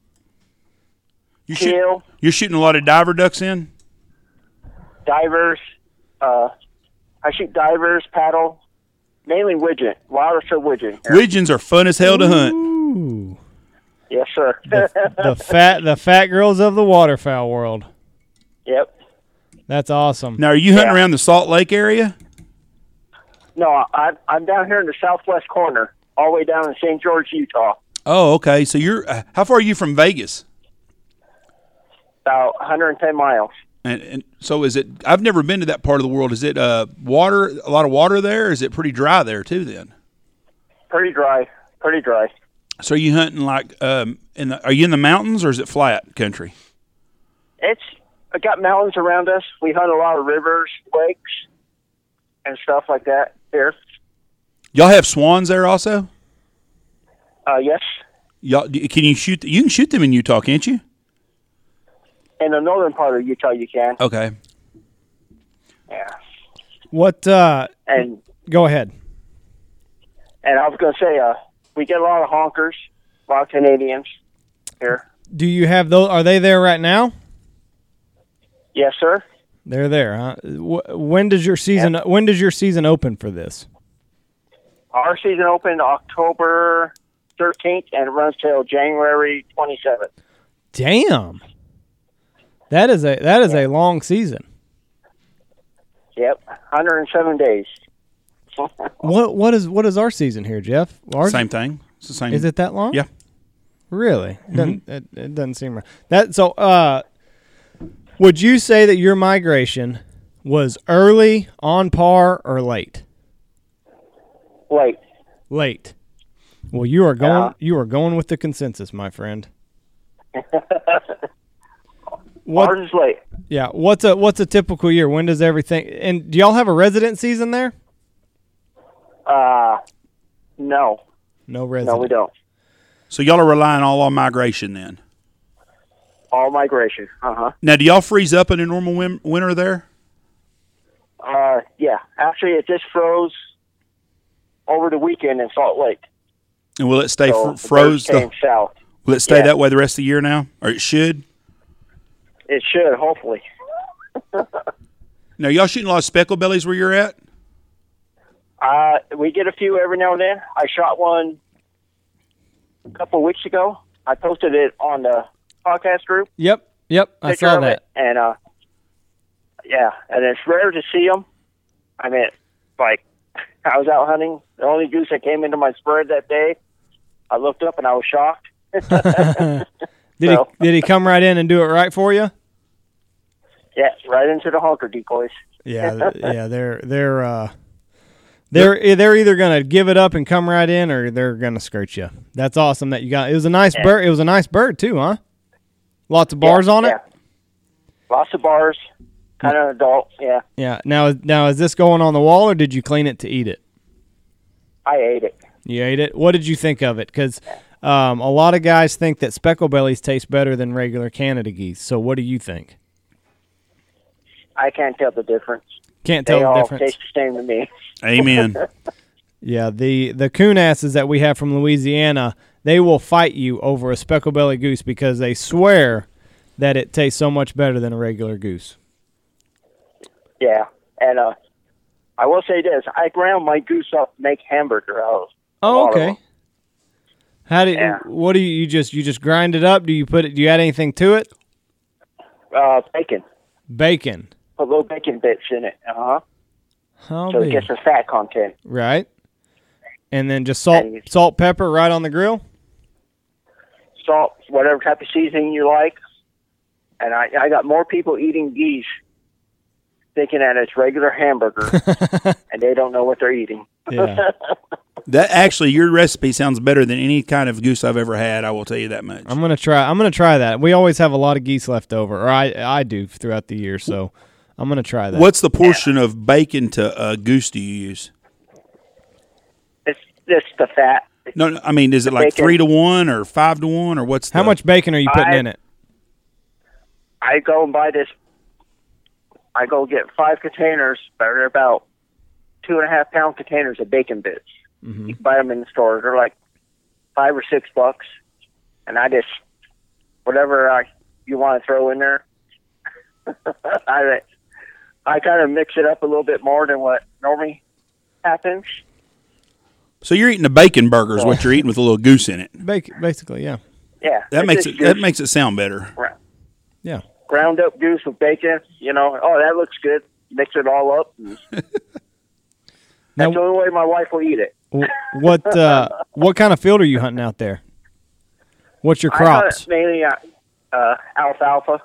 Speaker 2: You shoot,
Speaker 3: teal,
Speaker 2: you're shooting a lot of diver ducks in.
Speaker 3: divers. Uh, I shoot divers, paddle, mainly widget, lobster widget.
Speaker 2: Widgeons are fun as hell to hunt.
Speaker 1: Ooh.
Speaker 3: Yes, sir.
Speaker 1: the fat the fat girls of the waterfowl world.
Speaker 3: yep.
Speaker 1: That's awesome.
Speaker 2: Now, are you hunting
Speaker 3: Yeah.
Speaker 2: around the Salt Lake area?
Speaker 3: No, I, I'm down here in the southwest corner, all the way down in St. George, Utah,
Speaker 2: Oh, okay. So you're uh, how far are you from Vegas?
Speaker 3: about 110 miles.
Speaker 2: And, and so is it? I've never been to that part of the world. Is it uh, water? A lot of water there? Or is it pretty dry there too? Then.
Speaker 3: Pretty dry, pretty dry.
Speaker 2: So are you hunting like um, in the? Are you in the mountains or is it flat country?
Speaker 3: It's I got mountains around us. We hunt a lot of rivers, lakes, and stuff like that here.
Speaker 2: Y'all have swans there also.
Speaker 3: Uh, yes,
Speaker 2: Y'all d- can you shoot? You can shoot them in Utah, can't you?
Speaker 3: in the northern part of Utah, you can.
Speaker 2: Okay.
Speaker 3: Yeah.
Speaker 1: What uh
Speaker 3: And
Speaker 1: go ahead.
Speaker 3: and I was gonna say, uh, we get a lot of honkers, a lot of Canadians here.
Speaker 1: Do you have those are they there right now?
Speaker 3: Yes, sir.
Speaker 1: They're there, huh? Wh- When does your season when does your season open for this?
Speaker 3: Our season opened October thirteenth and it runs till January twenty seventh.
Speaker 1: Damn. That is a that is a long season.
Speaker 3: Yep, hundred and seven days.
Speaker 1: What what is what is our season here, Jeff? Ours-
Speaker 2: Same thing. It's the same.
Speaker 1: Is it that long?
Speaker 2: Yeah. Mm-hmm.
Speaker 1: Really? Doesn't, it, it doesn't seem right. That so. Uh, would you say that your migration was early, on par, or late?
Speaker 3: Late.
Speaker 1: Late. Well, you are going.
Speaker 3: Yeah.
Speaker 1: You are going with the consensus, my friend. what?
Speaker 3: Ours is late.
Speaker 1: yeah. What's a What's a typical year? When does everything? And do y'all have a resident season there?
Speaker 3: Uh, no,
Speaker 1: No
Speaker 3: no,
Speaker 1: resident.
Speaker 3: we don't.
Speaker 2: So y'all are relying all on migration then.
Speaker 3: all migration. Uh-huh.
Speaker 2: Now, do y'all freeze up in a normal win- winter there?
Speaker 3: Uh Yeah, actually, it just froze over the weekend in Salt Lake.
Speaker 2: And will it stay fr-
Speaker 3: So the
Speaker 2: froze?
Speaker 3: birds
Speaker 2: The,
Speaker 3: came south.
Speaker 2: will it stay
Speaker 3: yeah.
Speaker 2: that way the rest of the year now, or it should?
Speaker 3: It should hopefully.
Speaker 2: Now, y'all shooting a lot of speckle bellies where you're at?
Speaker 3: Uh, we get a few every now and then. I shot one a couple of weeks ago. I posted it on the podcast group.
Speaker 1: Yep. Yep. I
Speaker 3: picture
Speaker 1: saw
Speaker 3: of
Speaker 1: that.
Speaker 3: it, and uh, yeah, and it's rare to see them. I mean, like I was out hunting. The only goose that came into my spread that day, I looked up and I was shocked.
Speaker 1: Did
Speaker 3: So-
Speaker 1: he did he come right in and do it right for you?
Speaker 3: Yeah, right into the honker decoys.
Speaker 1: Yeah, th- yeah, they're they're uh, they're e- they're either gonna give it up and come right in, or they're gonna skirt you. That's awesome that you got. It was a nice bird. It was a nice bird too, huh? Lots of bars
Speaker 3: Yeah,
Speaker 1: on it. Hmm.
Speaker 3: yeah. Lots of bars, kind of adult. Yeah,
Speaker 1: Yeah. Now, now is this going on the wall, or did you clean it to eat it?
Speaker 3: I ate it.
Speaker 1: You ate it. What did you think of it? Because um, a lot of guys think that speckle bellies taste better than regular Canada geese. So, what do you think?
Speaker 3: I can't tell the difference.
Speaker 1: Can't
Speaker 3: They
Speaker 1: tell the
Speaker 3: all
Speaker 1: difference.
Speaker 3: taste the same to me.
Speaker 2: Amen.
Speaker 1: Yeah, the the coon asses that we have from Louisiana, they will fight you over a speckle belly goose because they swear that it tastes so much better than a regular goose.
Speaker 3: Yeah, and uh, I will say this: I ground my goose up, to make hamburger out of.
Speaker 1: Oh,
Speaker 3: All of
Speaker 1: okay.
Speaker 3: them.
Speaker 1: How do you,
Speaker 3: Yeah.
Speaker 1: what do you, you just you just grind it up? Do you put it? Do you add anything to it?
Speaker 3: Uh, bacon,
Speaker 1: Bacon.
Speaker 3: put little bacon bits in it. Uh huh.
Speaker 1: How
Speaker 3: So it
Speaker 1: big?
Speaker 3: gets the fat content.
Speaker 1: Right. And then just salt
Speaker 3: And you-
Speaker 1: salt pepper right on the grill.
Speaker 3: Salt, whatever type of seasoning you like. And I, I got more people eating geese thinking that it's regular hamburger, and they don't know what they're eating.
Speaker 1: Yeah.
Speaker 2: that actually, your recipe sounds better than any kind of goose I've ever had. I will tell you that much.
Speaker 1: I'm gonna try. I'm gonna try that. We always have a lot of geese left over, or I I do throughout the year. So I'm gonna try that.
Speaker 2: What's the portion of bacon to uh, goose do you use?
Speaker 3: It's just the fat.
Speaker 2: No, no, I mean, is it like
Speaker 3: Bacon.
Speaker 2: three to one or five to one or what's
Speaker 1: How
Speaker 2: the-
Speaker 1: much bacon are you putting
Speaker 3: I-
Speaker 1: in it?
Speaker 3: I go and buy this. I go get five containers, but they're about two and a half pound containers of bacon bits.
Speaker 2: Mm-hmm.
Speaker 3: You can buy them in the store. They're like five or six bucks, and I just whatever I you want to throw in there. I I kind of mix it up a little bit more than what normally happens.
Speaker 2: So you're eating a bacon burger is what you're eating with a little goose in it.
Speaker 1: Bacon, basically, yeah,
Speaker 3: Yeah,
Speaker 2: That
Speaker 3: Oh. it's
Speaker 2: makes
Speaker 3: just
Speaker 2: it that
Speaker 3: goose,
Speaker 2: makes it sound better.
Speaker 3: gra-
Speaker 1: yeah.
Speaker 3: ground up goose with bacon. You know, oh that looks good. Mix it all up. and
Speaker 1: Now,
Speaker 3: That's the only way my wife will eat it.
Speaker 1: w- what uh, what kind of field are you hunting out there? What's your
Speaker 3: I
Speaker 1: crops?
Speaker 3: hunt mainly uh, uh, alfalfa.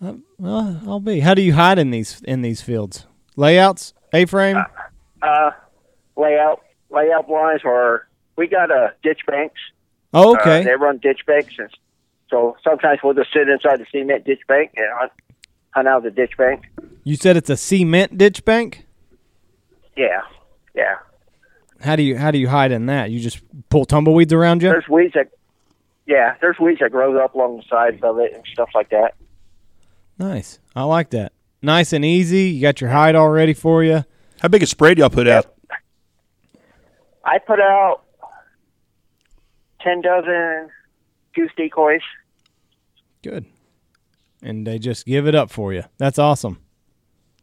Speaker 1: Well, I'll be. How do you hide in these in these fields? Layouts, A frame.
Speaker 3: Uh, layout layout blinds or we got uh, ditch banks.
Speaker 1: oh,
Speaker 3: Uh,
Speaker 1: okay.
Speaker 3: they run ditch banks, and so sometimes we'll just sit inside the cement ditch bank and hunt, hunt out the ditch bank.
Speaker 1: you said it's a cement ditch bank.
Speaker 3: Yeah, yeah.
Speaker 1: How do you how do you hide in that? You just pull tumbleweeds around you.
Speaker 3: There's weeds that. Yeah, there's weeds that grow up along the sides of it and stuff like that.
Speaker 1: Nice. I like that. Nice and easy. You got your hide all ready for you.
Speaker 2: How big a spread y'all put out?
Speaker 3: I put out ten dozen goose decoys.
Speaker 1: Good. And they just give it up for you. That's awesome.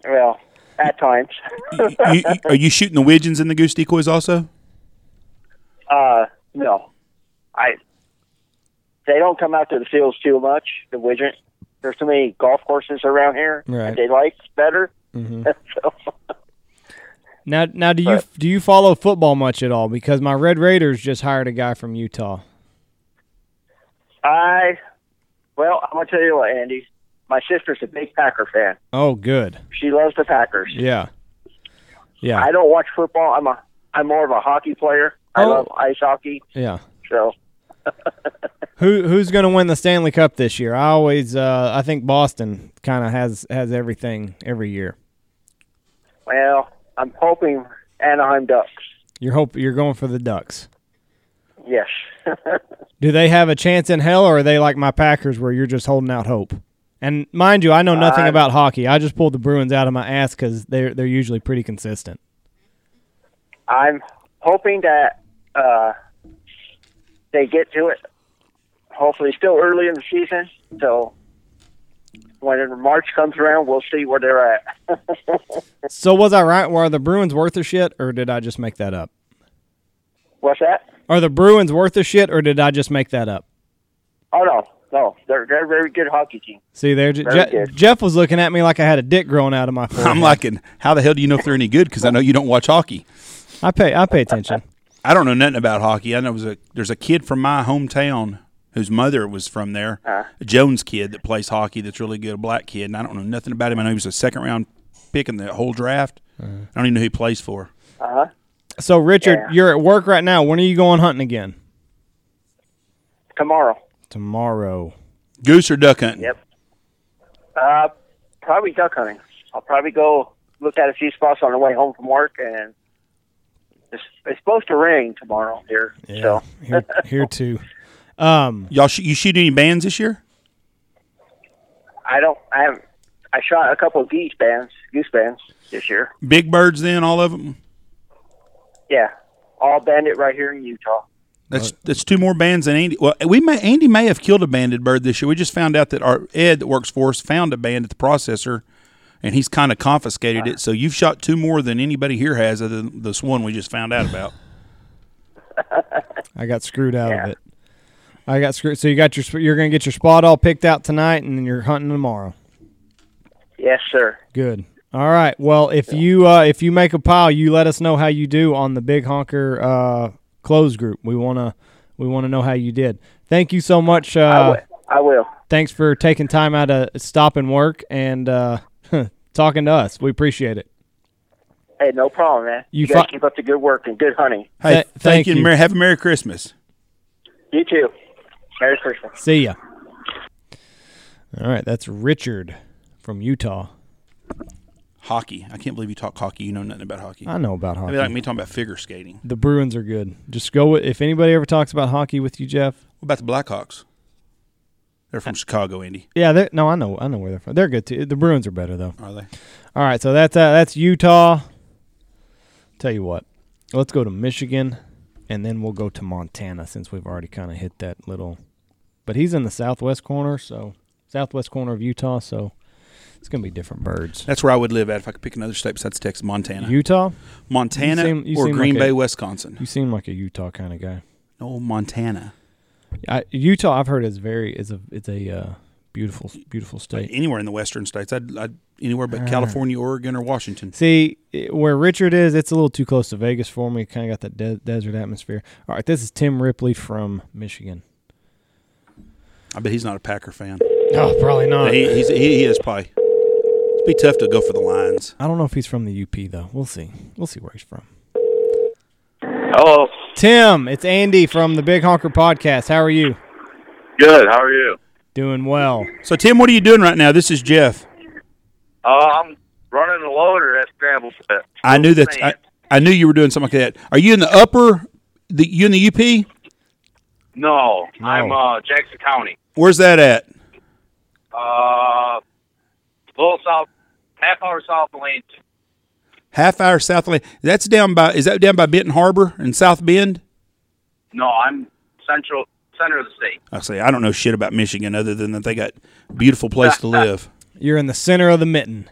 Speaker 3: Well, at times.
Speaker 2: You- you- are you shooting the widgeons in the goose decoys also?
Speaker 3: Uh, no, I. They don't come out to the fields too much. The widget. There's so many golf courses around here
Speaker 1: Right. Mm-hmm.
Speaker 3: that they like better. so,
Speaker 1: Now, now do you
Speaker 3: Right.
Speaker 1: do you follow football much at all? Because my Red Raiders just hired a guy from Utah.
Speaker 3: I. Well, I'm gonna tell you what, Andy. My sister's a big Packer fan.
Speaker 1: Oh, good.
Speaker 3: She loves the Packers.
Speaker 1: Yeah, yeah,
Speaker 3: I don't watch football. I'm a. I'm more of a hockey player. I
Speaker 1: Oh.
Speaker 3: love ice hockey.
Speaker 1: yeah.
Speaker 3: So
Speaker 1: Who who's going to win the Stanley Cup this year? I always uh, I think Boston kind of has has everything every year.
Speaker 3: Well, I'm hoping Anaheim Ducks.
Speaker 1: You're hope you're going for the Ducks.
Speaker 4: Yes.
Speaker 1: Do they have a chance in hell, or are they like my Packers, where you're just holding out hope? And mind you, I know nothing
Speaker 4: I-
Speaker 1: about hockey. I just pulled the Bruins out of my ass because they're they're usually pretty consistent.
Speaker 3: I'm hoping that uh, they get to it. Hopefully, still early in the season. So when March comes around, we'll see where they're at.
Speaker 1: So was I right? Were the Bruins worth a shit, or did I just make that up?
Speaker 3: What's that?
Speaker 1: Are the Bruins worth a shit, or did I just make that up?
Speaker 3: Oh no, no, they're they're a very good hockey team.
Speaker 1: See there, Je-
Speaker 3: Very
Speaker 1: Je-
Speaker 3: good.
Speaker 1: Jeff was looking at me like I had a dick growing out of my
Speaker 3: Uh-huh.
Speaker 1: forehead.
Speaker 2: I'm like, and how the hell do you know if they're any good? Because I know you don't watch hockey.
Speaker 1: I pay I pay attention.
Speaker 2: I don't know nothing about hockey. I know it was a, there's a kid from my hometown whose mother was from there,
Speaker 3: Uh-huh.
Speaker 2: a Jones kid that plays hockey that's really good, a black kid, and I don't know nothing about him. I know he was a second round pick in the whole draft.
Speaker 3: Uh-huh.
Speaker 2: I don't even know who he plays for.
Speaker 1: So Richard,
Speaker 3: Yeah.
Speaker 1: you're at work right now. When are you going hunting again?
Speaker 3: Tomorrow,
Speaker 1: Tomorrow.
Speaker 2: Goose or duck hunting?
Speaker 3: Yep. uh, probably duck hunting. I'll probably go look at a few spots on the way home from work, and it's, it's supposed to rain tomorrow here. So
Speaker 1: here, here too.
Speaker 2: Y'all, sh- you shoot any bands this year?
Speaker 3: I don't. I haven't. I shot a couple of geese bands, goose bands this year.
Speaker 2: Big birds, then all of them.
Speaker 3: Yeah, all bandit right here in Utah.
Speaker 2: That's that's two more bands than Andy. Well, we may Andy may have killed a banded bird this year. We just found out that our Ed that works for us found a band at the processor, and he's kind of confiscated it. So you've shot two more than anybody here has, other than this one we just found out about.
Speaker 1: I got screwed out
Speaker 3: Yeah.
Speaker 1: of it. I got screwed. So you got your sp- you're gonna get your spot all picked out tonight, and then you're hunting tomorrow.
Speaker 3: Yes, sir.
Speaker 1: Good. All right. Well, if you uh, if you make a pile, you let us know how you do on the Big Honker uh, close group. We wanna we wanna know how you did. Thank you so much.
Speaker 3: I
Speaker 1: Uh,
Speaker 3: will. I will.
Speaker 1: thanks for taking time out of stop and work and uh, talking to us. We appreciate it.
Speaker 3: Hey, no problem, man.
Speaker 1: You
Speaker 3: You, guys
Speaker 1: fi-
Speaker 3: keep up the good work and good hunting.
Speaker 1: Th-
Speaker 2: Hey, thank,
Speaker 1: thank
Speaker 2: you. and
Speaker 1: you.
Speaker 2: Merry, have a Merry Christmas.
Speaker 3: You too. Merry Christmas.
Speaker 1: See ya. All right. That's Richard from Utah.
Speaker 2: Hockey. I can't believe you talk hockey. You know nothing about hockey.
Speaker 1: I know about
Speaker 2: I
Speaker 1: hockey.
Speaker 2: mean, like me talking about figure skating.
Speaker 1: The Bruins are good. Just go with if anybody ever talks about hockey with you, Jeff.
Speaker 2: What about the Blackhawks? They're
Speaker 1: Uh,
Speaker 2: from Chicago, Andy.
Speaker 1: Yeah, they're, no, I know, I know where they're from. They're good too. The Bruins are better though.
Speaker 2: Are they?
Speaker 1: All right, so that's uh, that's Utah. Tell you what, let's go to Michigan, and then we'll go to Montana since we've already kind of hit that little. But he's in the southwest corner, so southwest corner of Utah, so it's gonna be different birds.
Speaker 2: That's where I would live at if I could pick another state besides Texas, Montana,
Speaker 1: Utah,
Speaker 2: Montana,
Speaker 1: You seem- you
Speaker 2: or
Speaker 1: seem
Speaker 2: Green
Speaker 1: like
Speaker 2: Bay,
Speaker 1: a-
Speaker 2: Wisconsin.
Speaker 1: you seem like a Utah kind of guy.
Speaker 2: No, Montana.
Speaker 1: I, Utah, I've heard is very is a it's a uh, beautiful beautiful state.
Speaker 2: anywhere in the western states. I'd, I'd anywhere but California, Oregon, or Washington.
Speaker 1: See it- where Richard is. It's a little too close to Vegas for me. Kind of got that de- desert atmosphere. All right, this is Tim Ripley from Michigan.
Speaker 2: I bet he's not a Packer fan.
Speaker 1: Oh, probably not.
Speaker 2: He, he's, he, he is probably. It'd be tough to go for the Lions.
Speaker 1: I don't know if he's from the UP though. We'll see. We'll see where he's from.
Speaker 4: Hello.
Speaker 1: Tim, it's Andy from the Big Honker Podcast. How are you?
Speaker 4: Good. How are you?
Speaker 1: Doing well.
Speaker 2: So Tim, what are you doing right now? This is Jeff.
Speaker 4: Uh, I'm running a loader at Scramble Set.
Speaker 2: I knew that. I, I knew you were doing something like that. Are you in the upper? The you in the UP?
Speaker 4: No, I'm uh, Jackson County.
Speaker 2: Where's that at?
Speaker 4: Uh, little south, half hour south of Lansing.
Speaker 2: Half hour south lane. That's down by. Is that down by Benton Harbor and South Bend?
Speaker 4: No, I'm central, center of the state.
Speaker 2: I say I don't know shit about Michigan other than that they got a beautiful place to live.
Speaker 1: You're in the center of the mitten.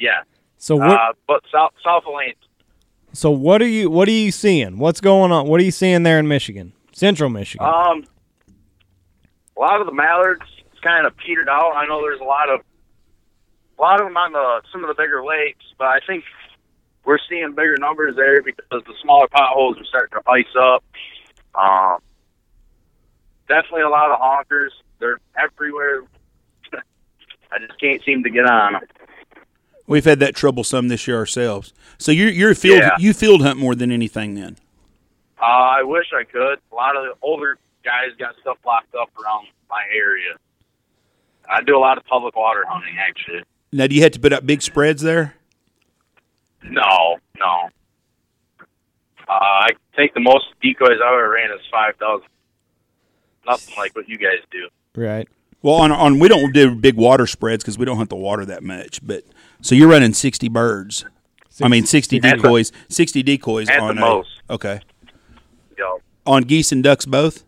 Speaker 4: Yeah.
Speaker 1: So what?
Speaker 4: Uh, but south, south of Lansing.
Speaker 1: so what are you? What are you seeing? What's going on? What are you seeing there in Michigan? Central Michigan.
Speaker 2: uh,
Speaker 4: Um, a lot of the mallards kind of petered out. I know there's a lot of a lot of them on the some of the bigger lakes, but I think we're seeing bigger numbers there because the smaller potholes are starting to ice up. Um, definitely a lot of honkers. They're everywhere. I just can't seem to get on 'em.
Speaker 2: We've had that trouble some this year ourselves. So you're you're field
Speaker 4: Yeah.
Speaker 2: you field hunt more than anything then.
Speaker 4: Uh, I wish I could. A lot of the older guys got stuff locked up around my area. I do a lot of public water hunting, actually.
Speaker 2: Now, do you have to put up big spreads there?
Speaker 4: No, no. Uh, I think the most decoys I've ever ran is five thousand. Nothing like what you guys do.
Speaker 1: Right.
Speaker 2: Well, on on we don't do big water spreads because we don't hunt the water that much. But so you're running sixty birds. I mean sixty
Speaker 4: At the-
Speaker 2: decoys. sixty decoys
Speaker 4: at the
Speaker 2: on a-
Speaker 4: most.
Speaker 2: okay
Speaker 4: You know.
Speaker 2: on geese and ducks both.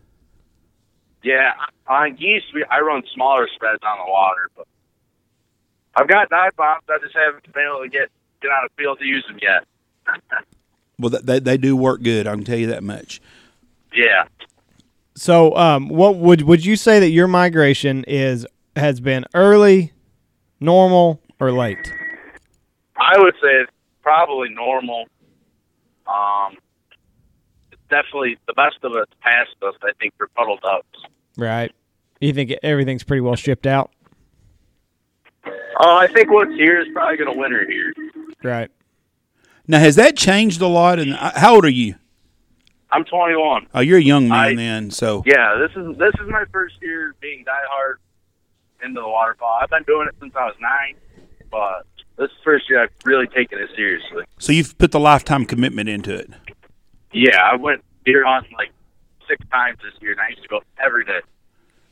Speaker 4: Yeah, on geese, we, I run smaller spreads on the water, but I've got dive bombs. I just haven't been able to get get on the field to use them yet.
Speaker 2: Well, th- they they do work good. I can tell you that much.
Speaker 4: Yeah,
Speaker 1: So, um, what would would you say that your migration is has been early, normal, or late?
Speaker 4: I would say it's probably normal. Um, it's definitely the best of us passed us. I think for puddle ducks.
Speaker 1: Right. You think everything's pretty well shipped out?
Speaker 4: Oh, I think what's here is probably going to winter here.
Speaker 1: Right.
Speaker 2: Now has that changed a lot? And uh, how old are you?
Speaker 4: I'm 21.
Speaker 2: Oh, you're a young man
Speaker 4: I-
Speaker 2: then. So
Speaker 4: Yeah, this is this is my first year being diehard into the waterfall. I've been doing it since I was nine, but this is the first year I've really taken it seriously.
Speaker 2: so you've put the lifetime commitment into it.
Speaker 4: Yeah, I went deer hunting like six times this year, and I used to go every day.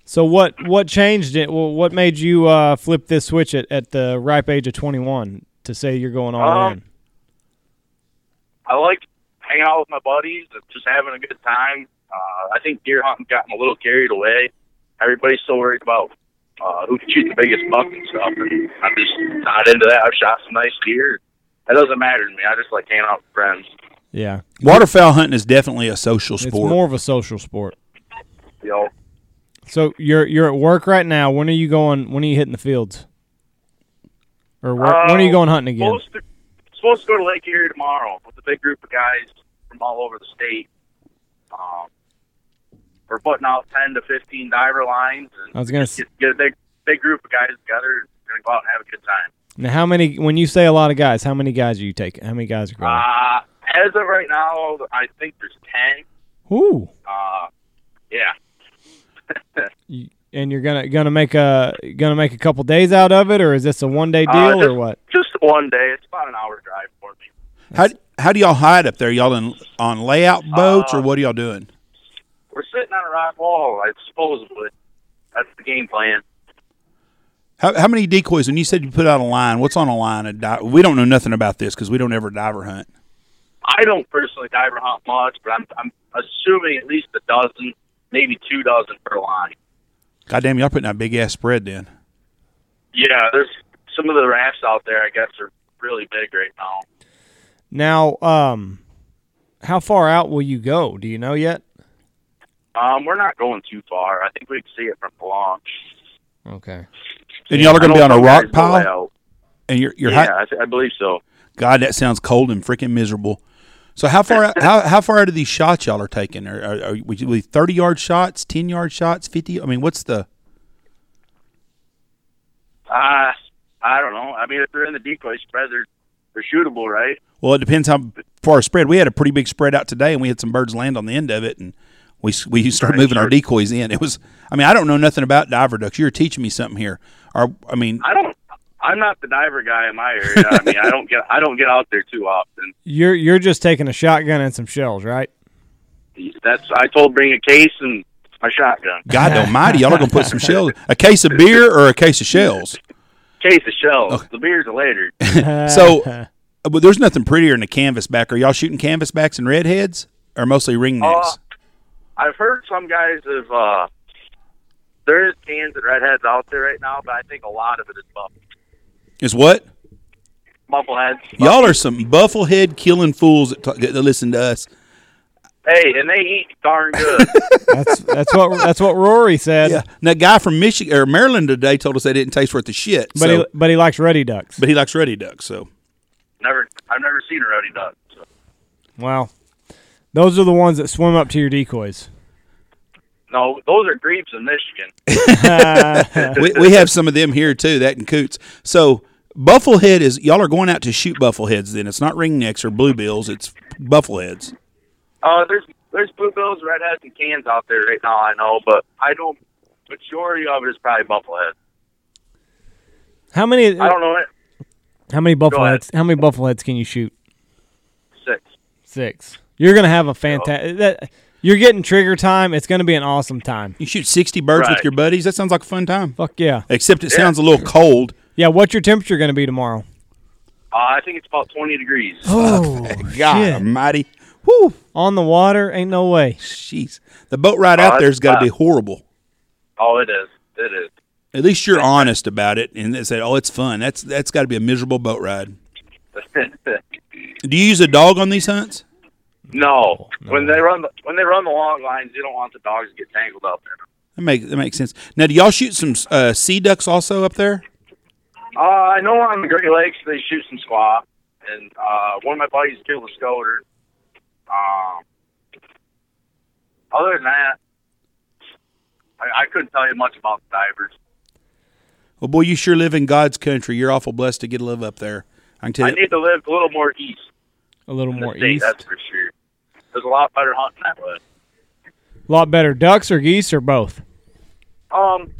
Speaker 1: So what what changed it? Well, what made you uh, flip this switch at, at the ripe age of twenty one to say you're going all
Speaker 4: Um,
Speaker 1: in?
Speaker 4: I like hanging out with my buddies and just having a good time. Uh, I think deer hunting gotten a little carried away. Everybody's so worried about uh, who can shoot the biggest buck and stuff, and I'm just not into that. I've shot some nice deer. That doesn't matter to me. I just like hanging out with friends.
Speaker 1: Yeah,
Speaker 2: Waterfowl hunting is definitely a social
Speaker 1: it's
Speaker 2: sport.
Speaker 1: more of a social sport.
Speaker 4: You know,
Speaker 1: So you're you're at work right now. When are you going? When are you hitting the fields? Or where, when are you
Speaker 4: Uh,
Speaker 1: going hunting again?
Speaker 4: supposed to supposed to go to Lake Erie tomorrow with a big group of guys from all over the state. Um, we're putting out ten to fifteen diver lines
Speaker 1: I
Speaker 4: and
Speaker 1: was gonna. s-
Speaker 4: get, get a big big group of guys together and gonna go out and have a good time.
Speaker 1: Now, how many? When you say a lot of guys, how many guys are you taking? How many guys are going?
Speaker 4: Uh, as of right now, I think there's ten.
Speaker 1: Ooh,
Speaker 4: Uh, yeah,
Speaker 1: You- and you're gonna gonna make a gonna make a couple days out of it, or is this a one day deal,
Speaker 4: Uh, just-
Speaker 1: or what?
Speaker 4: just one day. It's about an hour drive for me.
Speaker 2: How how do y'all hide up there? Y'all in on layout boats or
Speaker 4: Uh,
Speaker 2: what are y'all doing?
Speaker 4: We're sitting on a rock wall, I suppose, but that's the game plan.
Speaker 2: How, how many decoys? When you said you put out a line, what's on a line? Of di- we don't know nothing about this because we don't ever diver hunt.
Speaker 4: I don't personally diver hunt much, but I'm, I'm assuming at least a dozen, maybe two dozen per line.
Speaker 2: Goddamn, y'all putting out big ass spread then.
Speaker 4: Yeah, there's some of the rafts out there. I guess are really big right now.
Speaker 1: Now, um, how far out will you go? Do you know yet?
Speaker 4: Um, we're not going too far. I think we can see it from the launch.
Speaker 1: Okay.
Speaker 2: And y'all are going to be
Speaker 4: I
Speaker 2: on
Speaker 4: don't
Speaker 2: a
Speaker 4: think
Speaker 2: rock
Speaker 4: there's no way
Speaker 2: pile.
Speaker 4: out.
Speaker 2: And you're you're hi-
Speaker 4: Yeah, I, th- I believe so.
Speaker 2: God, that sounds cold and freaking miserable. So how far out, how how far out of these shots y'all are taking? Are, are, are we, we thirty yard shots, ten yard shots, fifty? I mean, what's the
Speaker 4: Uh, I don't know. I mean, if they're in the decoy spread, they're, they're shootable, right?
Speaker 2: Well, it depends how far spread. We had a pretty big spread out today, and we had some birds land on the end of it, and we we started
Speaker 4: Right,
Speaker 2: moving our
Speaker 4: sure.
Speaker 2: decoys in. It was, I mean, I don't know nothing about diver ducks. You're teaching me something here. Or, I mean,
Speaker 4: I don't. I'm not the diver guy in my area. I mean, I don't get I don't get out there too often.
Speaker 1: You're you're just taking a shotgun and some shells, right?
Speaker 4: That's I told bring a case and my shotgun.
Speaker 2: God Almighty, y'all are gonna put some shells, a case of beer or a case of shells.
Speaker 4: case of shells. The beers are later.
Speaker 2: So- uh, But there's nothing prettier than a canvasback. Are y'all shooting canvasbacks and redheads, or mostly ringnecks?
Speaker 4: Uh, I've heard some guys have. Uh, there is cans and redheads out there right now, but I think a lot of it is buff,
Speaker 2: Is what?
Speaker 4: muffleheads.
Speaker 2: Y'all are some bufflehead killing fools that, talk, that listen to us.
Speaker 4: Hey, and they eat darn good.
Speaker 1: that's that's what that's what Rory said.
Speaker 2: Yeah. Now, a guy from Michigan or Maryland today told us they didn't taste worth a shit.
Speaker 1: But
Speaker 2: so-
Speaker 1: he but he likes ruddy ducks.
Speaker 2: but he likes ready ducks. So
Speaker 4: never, I've never seen a rowdy duck. So.
Speaker 1: Wow. Those are the ones that swim up to your decoys.
Speaker 4: No, those are grebes in Michigan.
Speaker 2: we, we have some of them here too, that and coots. So bufflehead is y'all are going out to shoot buffleheads. Then it's not ringnecks or bluebills. It's buffleheads.
Speaker 4: Uh, there's there's bluebills, redheads, and cans out there right now. I know, but I don't. Majority of it is probably bufflehead.
Speaker 1: How many
Speaker 4: I don't know it.
Speaker 1: how many
Speaker 4: ahead.
Speaker 1: buffleheads how many buffleheads can you shoot?
Speaker 4: Six.
Speaker 1: Six. You're gonna have a fantastic. That you're getting trigger time. It's gonna be an awesome time.
Speaker 2: You shoot 60 birds with
Speaker 4: Right.
Speaker 2: your buddies. That sounds like a fun time.
Speaker 1: Fuck yeah,
Speaker 2: Except it sounds a little cold.
Speaker 1: yeah. What's your temperature gonna be tomorrow?
Speaker 4: Uh, I think it's about 20 degrees.
Speaker 1: Oh
Speaker 2: God almighty. Woo.
Speaker 1: On the water, ain't no way.
Speaker 2: Jeez. The boat ride out
Speaker 4: Oh,
Speaker 2: there's got to be
Speaker 4: that's
Speaker 2: horrible.
Speaker 4: Oh, it is. It is.
Speaker 2: At least you're honest about it and they say, "Oh, it's fun." That's that's got to be a miserable boat ride. Do you use a dog on these hunts?
Speaker 4: no. when they run the when they run the long lines, you don't want the dogs to get tangled up. in
Speaker 2: That makes that makes sense. Now, do y'all shoot some uh, sea ducks also up there?
Speaker 4: them. Uh, I know on the Great Lakes they shoot some squaw, and uh, one of my buddies killed a scoter. Um, other than that, I, I couldn't tell you much about the divers.
Speaker 2: Well, Oh, boy, you sure live in God's country. You're awful blessed to get to live up there. I can tell
Speaker 4: I
Speaker 2: you.
Speaker 4: need to live a little more east.
Speaker 1: A little
Speaker 4: in
Speaker 1: more
Speaker 4: the state,
Speaker 1: east.
Speaker 4: That's for sure. There's a lot better hunting that way.
Speaker 1: A lot better. Ducks or geese or both.
Speaker 4: Um,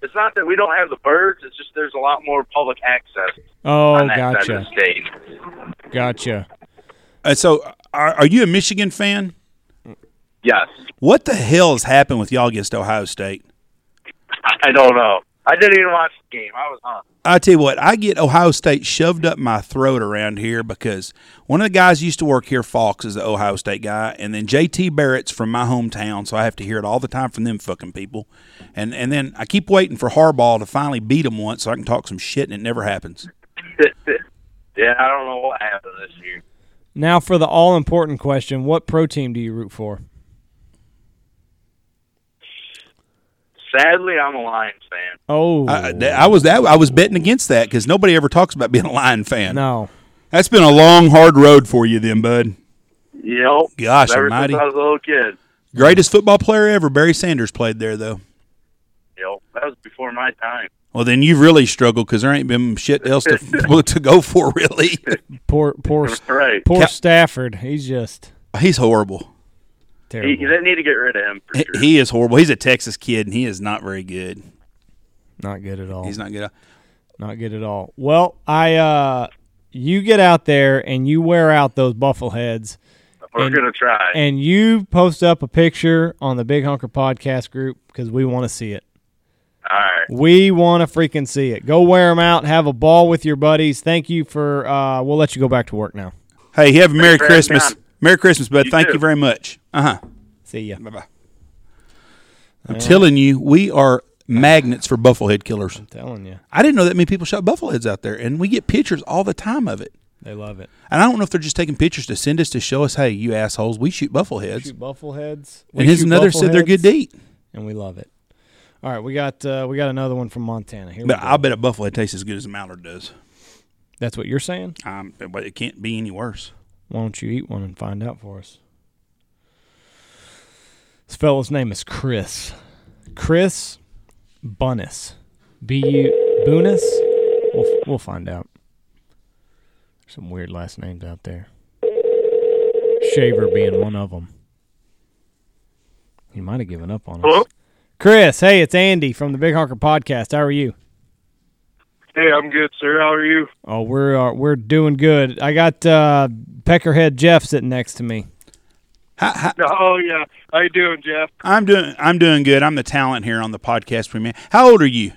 Speaker 4: it's not that we don't have the birds. It's just there's a lot more public access
Speaker 1: Oh,
Speaker 4: on that side of
Speaker 1: gotcha,
Speaker 4: the state.
Speaker 1: gotcha.
Speaker 2: Uh, so, are, are you a Michigan fan?
Speaker 4: Yes,
Speaker 2: What the hell has happened with y'all against Ohio State?
Speaker 4: I I don't know. I didn't even watch the game. I was on.
Speaker 2: I tell you what, I get Ohio State shoved up my throat around here because one of the guys used to work here, Fox, is the Ohio State guy, and then JT Barrett's from my hometown, so I have to hear it all the time from them fucking people. And and then I keep waiting for Harbaugh to finally beat him once so I can talk some shit, and it never happens.
Speaker 4: yeah, I don't know what happened this year.
Speaker 1: Now for the all important question: What pro team do you root for?
Speaker 4: Sadly, I'm a Lions fan.
Speaker 1: Oh
Speaker 4: Uh,
Speaker 2: I, I- I was that I was betting against that because nobody ever talks about being a Lion fan.
Speaker 1: no,
Speaker 2: That's been a long, hard road for you, then, bud.
Speaker 4: Yep.
Speaker 2: Gosh
Speaker 4: Ever
Speaker 2: almighty.
Speaker 4: since I was a little kid.
Speaker 2: Greatest football player ever, Barry Sanders played there though.
Speaker 4: Yep. That was before my time.
Speaker 2: Well, then you've really struggled because there ain't been shit else to, to go for, really.
Speaker 1: poor poor
Speaker 4: Right.
Speaker 1: poor
Speaker 2: Cap-
Speaker 1: Stafford. He's just
Speaker 2: He's horrible.
Speaker 1: terrible.
Speaker 4: He, they need to get rid of him for
Speaker 2: He-
Speaker 4: sure.
Speaker 2: He is horrible. He's a Texas kid, and he is not very good.
Speaker 1: not good at all.
Speaker 2: He's not good.
Speaker 1: Not good at all. Well, I uh you get out there and you wear out those buffle heads
Speaker 4: We're
Speaker 1: and-
Speaker 4: gonna try.
Speaker 1: and you post up a picture on the Big Hunker podcast group cuz we want to see it.
Speaker 4: All right.
Speaker 1: We want to freaking see it. Go wear them out, have a ball with your buddies. Thank you for uh we'll let you go back to work now.
Speaker 2: Hey, you have a Merry
Speaker 4: for having me
Speaker 2: Christmas.
Speaker 4: on.
Speaker 2: Merry Christmas, bud.
Speaker 4: You
Speaker 2: Thank
Speaker 4: too.
Speaker 2: you very much. Uh huh.
Speaker 1: See ya.
Speaker 2: Bye bye. I'm telling you, we are magnets for bufflehead killers.
Speaker 1: telling you.
Speaker 2: I didn't know that many people shot buffleheads out there, and we get pictures all the time of it.
Speaker 1: They love it.
Speaker 2: And I don't know if they're just taking pictures to send us to show us, hey, you assholes, we shoot buffleheads.
Speaker 1: Shoot buffle heads. We
Speaker 2: And his
Speaker 1: shoot
Speaker 2: another
Speaker 1: buffle
Speaker 2: said they're good
Speaker 1: heads,
Speaker 2: to eat.
Speaker 1: and we love it. All right, we got uh we got another one from Montana. Here we
Speaker 2: But
Speaker 1: go.
Speaker 2: I'll bet a bufflehead tastes as good as a mallard does.
Speaker 1: That's what you're saying?
Speaker 2: Um, but it can't be any worse.
Speaker 1: Why don't you eat one and find out for us? This fellow's name is Chris. Chris Bunnis. B U Bunnis? We'll, we'll find out. Some weird last names out there. Shaver being one of them. He might have given up on us.
Speaker 4: Hello?
Speaker 1: Chris, hey, it's Andy from the Big Honker Podcast. How are you?
Speaker 4: Hey, I'm good, sir. How are you?
Speaker 1: Oh, we're uh, we're doing good. I got uh, Peckerhead Jeff sitting next to me.
Speaker 2: How, how,
Speaker 4: Oh yeah. How you doing, Jeff?
Speaker 2: I'm doing I'm doing good. I'm the talent here on the podcast. We man, how old are you?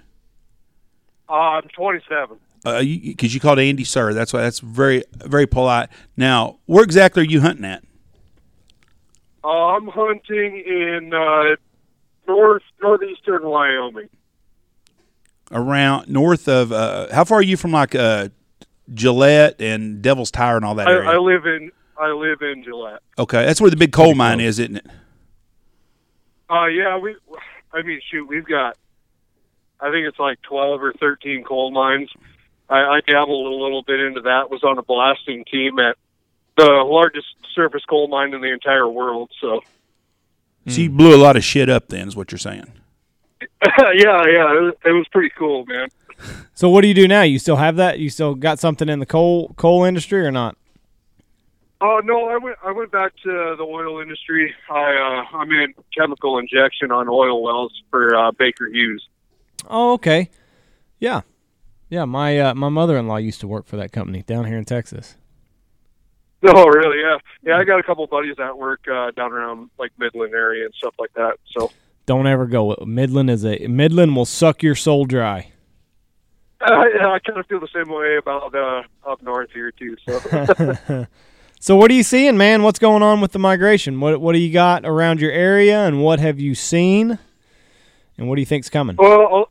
Speaker 4: Uh, I'm 27.
Speaker 2: Because Uh, you, 'cause you called Andy sir. That's why that's very very polite. Now, where exactly are you hunting at?
Speaker 4: Uh, I'm hunting in uh, north northeastern Wyoming.
Speaker 2: Around north of uh, how far are you from like uh, Gillette and Devil's Tire and all that
Speaker 4: I,
Speaker 2: area?
Speaker 4: I live in I live in Gillette.
Speaker 2: okay, that's where the big coal mine is, isn't it?
Speaker 4: Uh, yeah, we. I mean, shoot, we've got. I think it's like 12 or 13 coal mines. I, I dabbled a little bit into that. Was on a blasting team at the largest surface coal mine in the entire world. So.
Speaker 2: So
Speaker 4: Mm.
Speaker 2: you blew a lot of shit up. Then is what you're saying.
Speaker 4: yeah, yeah, it was, it was pretty cool, man.
Speaker 1: So what do you do now? You still have that? You still got something in the coal coal industry or not?
Speaker 4: Oh no, I went. I went back to the oil industry. I uh, I'm in chemical injection on oil wells for uh, Baker Hughes.
Speaker 1: Oh, okay. Yeah. Yeah, my uh, my mother-in-law used to work for that company down here in Texas.
Speaker 5: No, Oh, really, yeah, yeah. I got a couple buddies that work uh, down around like Midland area and stuff like that. So
Speaker 1: Don't ever go. Midland is a Midland will suck your soul dry.
Speaker 5: I, I kind of feel the same way about uh, up north here too. So
Speaker 1: So what are you seeing, man? What's going on with the migration? What what do you got around your area, and what have you seen, and what do you think's coming?
Speaker 5: Well,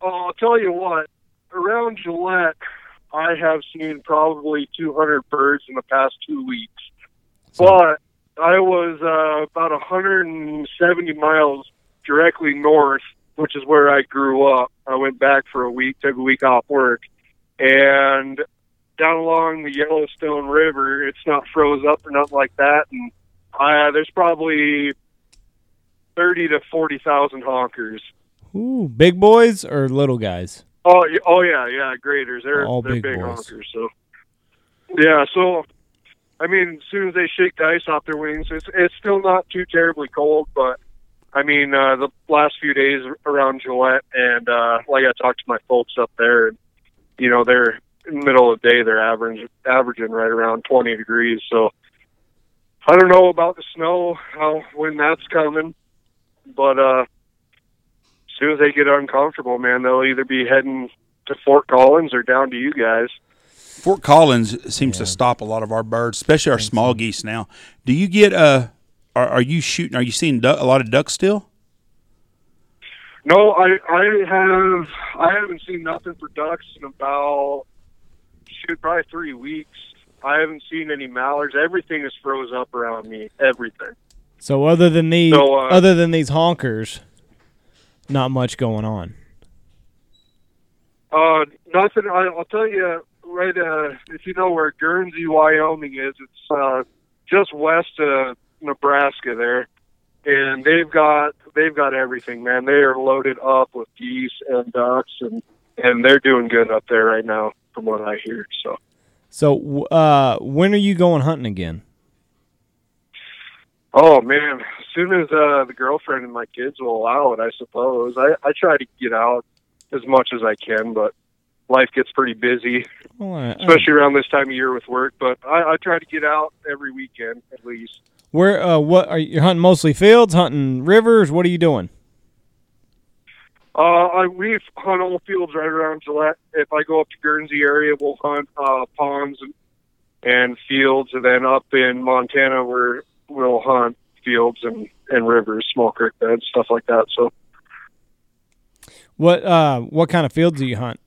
Speaker 5: I'll, I'll tell you what. Around Gillette, I have seen probably 200 birds in the past two weeks. But I was uh, about 170 miles directly north, which is where I grew up. I went back for a week, took a week off work, and down along the Yellowstone River, it's not froze up or nothing like that. And uh, there's probably 30 to 40,000 honkers.
Speaker 1: Ooh, big boys or little guys?
Speaker 5: Oh, y- oh yeah, yeah, graders. They're
Speaker 1: All
Speaker 5: they're
Speaker 1: big
Speaker 5: big,
Speaker 1: boys.
Speaker 5: honkers. So yeah, so I mean, as soon as they shake the ice off their wings, it's it's still not too terribly cold, but I mean, uh, the last few days around Gillette, and uh, like I talked to my folks up there, and you know, they're in the middle of the day, they're averaging averaging right around twenty degrees. So I don't know about the snow, how when that's coming, but uh, as soon as they get uncomfortable, man, they'll either be heading to Fort Collins or down to you guys.
Speaker 2: Fort Collins seems to stop a lot of our birds, especially our small geese. Now, do you get uh, are, are you shooting? Are you seeing duck, a lot of ducks still?
Speaker 5: No, I I have I haven't seen nothing for ducks in about shoot probably three weeks. I haven't seen any mallards. Everything is froze up around me. Everything.
Speaker 1: So other than these,
Speaker 5: So, uh,
Speaker 1: other than these honkers, not much going on.
Speaker 5: Uh, nothing. I, I'll tell you right. Uh, if you know where Guernsey, Wyoming is, it's uh, just west of Nebraska there, and they've got they've got everything, man. They are loaded up with geese and ducks, and and they're doing good up there right now, from what I hear. So
Speaker 1: So w- uh, when are you going hunting again?
Speaker 5: Oh man! As soon as uh, the girlfriend and my kids will allow it, I suppose I, I try to get out as much as I can, but life gets pretty busy,
Speaker 1: Well, uh, I- I-
Speaker 5: especially around this time of year with work. But I, I try to get out every weekend at least.
Speaker 1: where? Uh, what are you you're hunting? Mostly fields, hunting rivers. What are you doing?
Speaker 5: Uh, I, we hunt all fields right around Gillette. If I go up to Guernsey area, we'll hunt uh, ponds and, and fields, and then up in Montana, we're, we'll hunt fields and, and rivers, small creek beds, stuff like that. So.
Speaker 1: What uh, what kind of fields do you hunt?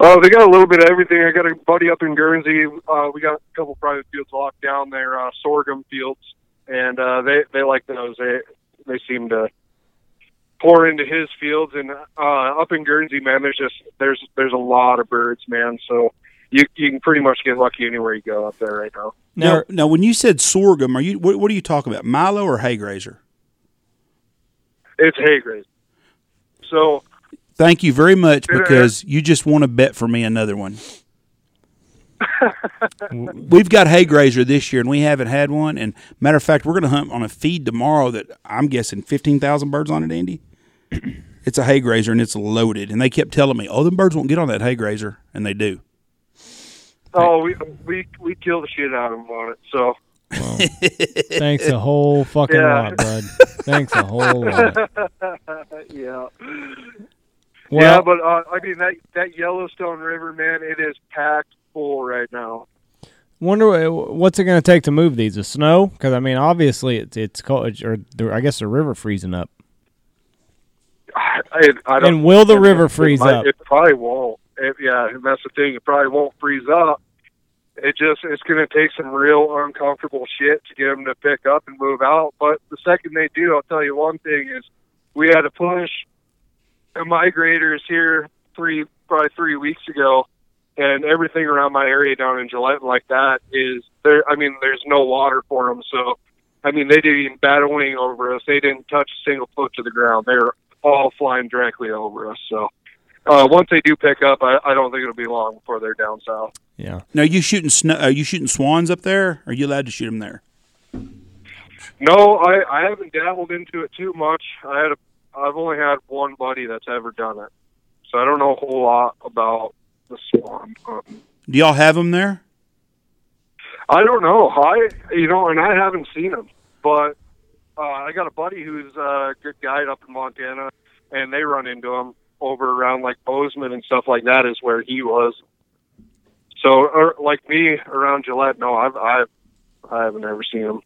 Speaker 5: Oh, they got a little bit of everything. I got a buddy up in Guernsey. Uh, we got a couple private fields locked down there, uh, sorghum fields, and uh, they they like those. They they seem to pour into his fields. And uh, up in Guernsey, man, there's just there's there's a lot of birds, man. So you you can pretty much get lucky anywhere you go up there right now.
Speaker 1: Now,
Speaker 2: now, now, when you said sorghum, are you what, what are you talking about? Milo or hay grazer?
Speaker 5: It's hay graze. So
Speaker 2: Thank you very much
Speaker 5: Yeah.
Speaker 2: because you just want to bet for me another one. We've got hay grazer this year and we haven't had one. And matter of fact, we're going to hunt on a feed tomorrow that I'm guessing 15,000 birds on it, Andy. It's a hay grazer and it's loaded. And they kept telling me, oh, them birds won't get on that hay grazer. And they do.
Speaker 5: oh, we we we kill the shit out of them on it. So
Speaker 1: Thanks a whole fucking
Speaker 5: Yeah.
Speaker 1: lot, bud. Thanks a whole lot.
Speaker 5: yeah.
Speaker 1: Well,
Speaker 5: yeah, but uh, I mean that that Yellowstone River, man, it is packed full right now.
Speaker 1: wonder wha- what's it going to take to move these? The snow? Because I mean, obviously it's it's cold, or the, I guess the river freezing up.
Speaker 5: I, I don't.
Speaker 1: And will the
Speaker 5: it-
Speaker 1: river
Speaker 5: it
Speaker 1: freeze
Speaker 5: might-
Speaker 1: up?
Speaker 5: It probably won't. It, yeah, and that's the thing. It probably won't freeze up. It just it's going to take some real uncomfortable shit to get them to pick up and move out. But the second they do, I'll tell you one thing is we had a push of migrators here three probably three weeks ago, and everything around my area down in Gillette and like that is there. I mean, there's no water for them, so I mean they didn't even bat a wing over us. They didn't touch a single foot to the ground. They're all flying directly over us. So uh, once they do pick up, I, I don't think it'll be long before they're down south.
Speaker 1: Yeah.
Speaker 2: Now, are you shooting, snow, are you shooting swans up there? Are you allowed to shoot them there?
Speaker 5: No, I, I haven't dabbled into it too much. I had a, I've only had one buddy that's ever done it, so I don't know a whole lot about the swan. Um,
Speaker 2: Do y'all have them there?
Speaker 5: I don't know. I you know, and I haven't seen them, but uh, I got a buddy who's a good guide up in Montana, and they run into him over around like Bozeman and stuff like that is where he was. So, or, like me around Gillette, no, I've I've I haven't ever seen him.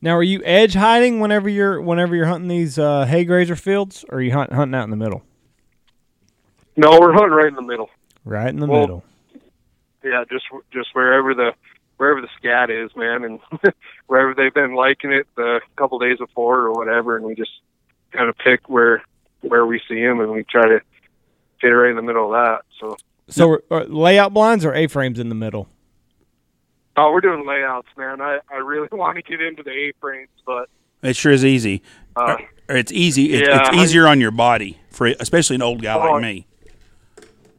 Speaker 1: Now, are you edge hiding whenever you're whenever you're hunting these uh, hay grazer fields, or are you hunt, hunting out in the middle?
Speaker 5: No, we're hunting right in the middle.
Speaker 1: Right in the
Speaker 5: Well-
Speaker 1: middle.
Speaker 5: yeah, just just wherever the wherever the scat is, man, and wherever they've been liking it the couple days before or whatever, and we just kind of pick where where we see them and we try to fit right in the middle of that. So,
Speaker 1: So are- are layout blinds or A-frames in the middle?
Speaker 5: oh, we're doing layouts, man. I I really want to get into the A frames, but
Speaker 2: It sure is easy.
Speaker 5: uh,
Speaker 2: Or it's easy. It's,
Speaker 5: Yeah,
Speaker 2: it's
Speaker 5: I-
Speaker 2: easier on your body for especially an old guy
Speaker 5: Oh.
Speaker 2: like me.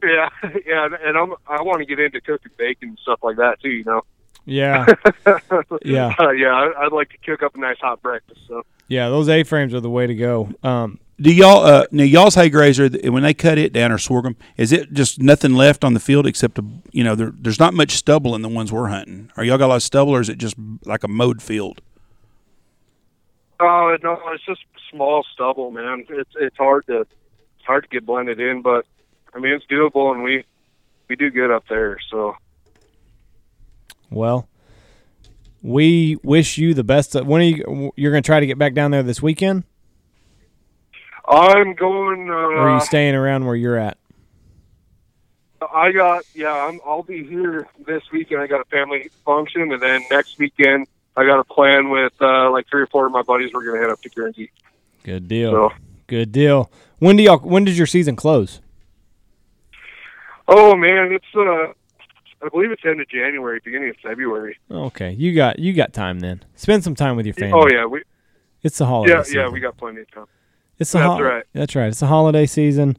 Speaker 5: yeah, yeah, and- and I'm I want to get into cooking bacon and stuff like that too. You know,
Speaker 1: Yeah, Yeah.
Speaker 5: uh, yeah, I- I'd like to cook up a nice hot breakfast. So.
Speaker 1: yeah. Those A-frames are the way to go. Um,
Speaker 2: Do y'all uh, now y'all's hay grazer th- when they cut it down or sorghum? Is it just nothing left on the field except a, you know there, there's not much stubble in the ones we're hunting? Are y'all got a lot of stubble or is it just like a mowed field?
Speaker 5: Oh no, it's just small stubble, man. It's it's hard to it's hard to get blended in, but I mean it's doable, and we we do good up there. So
Speaker 1: well, we wish you the best. Of, when are you? You're going to try to get back down there this weekend,
Speaker 5: I'm going.
Speaker 1: or are
Speaker 5: Uh,
Speaker 1: you staying around where you're at?
Speaker 5: I got yeah. I'm, I'll be here this weekend. I got a family function, and then next weekend I got a plan with uh, like three or four of my buddies. We're gonna head up to Guernsey.
Speaker 1: Good deal.
Speaker 5: So
Speaker 1: Good deal. When do y'all? When does your season close?
Speaker 5: oh man, it's uh, I believe it's end of January, beginning of February.
Speaker 1: Okay, you got you got time then. Spend some time with your family.
Speaker 5: Oh yeah, we
Speaker 1: it's the holiday.
Speaker 5: yeah yeah
Speaker 1: season.
Speaker 5: we got plenty of time.
Speaker 1: It's the
Speaker 5: That's
Speaker 1: hol-
Speaker 5: right.
Speaker 1: That's right. It's the holiday season.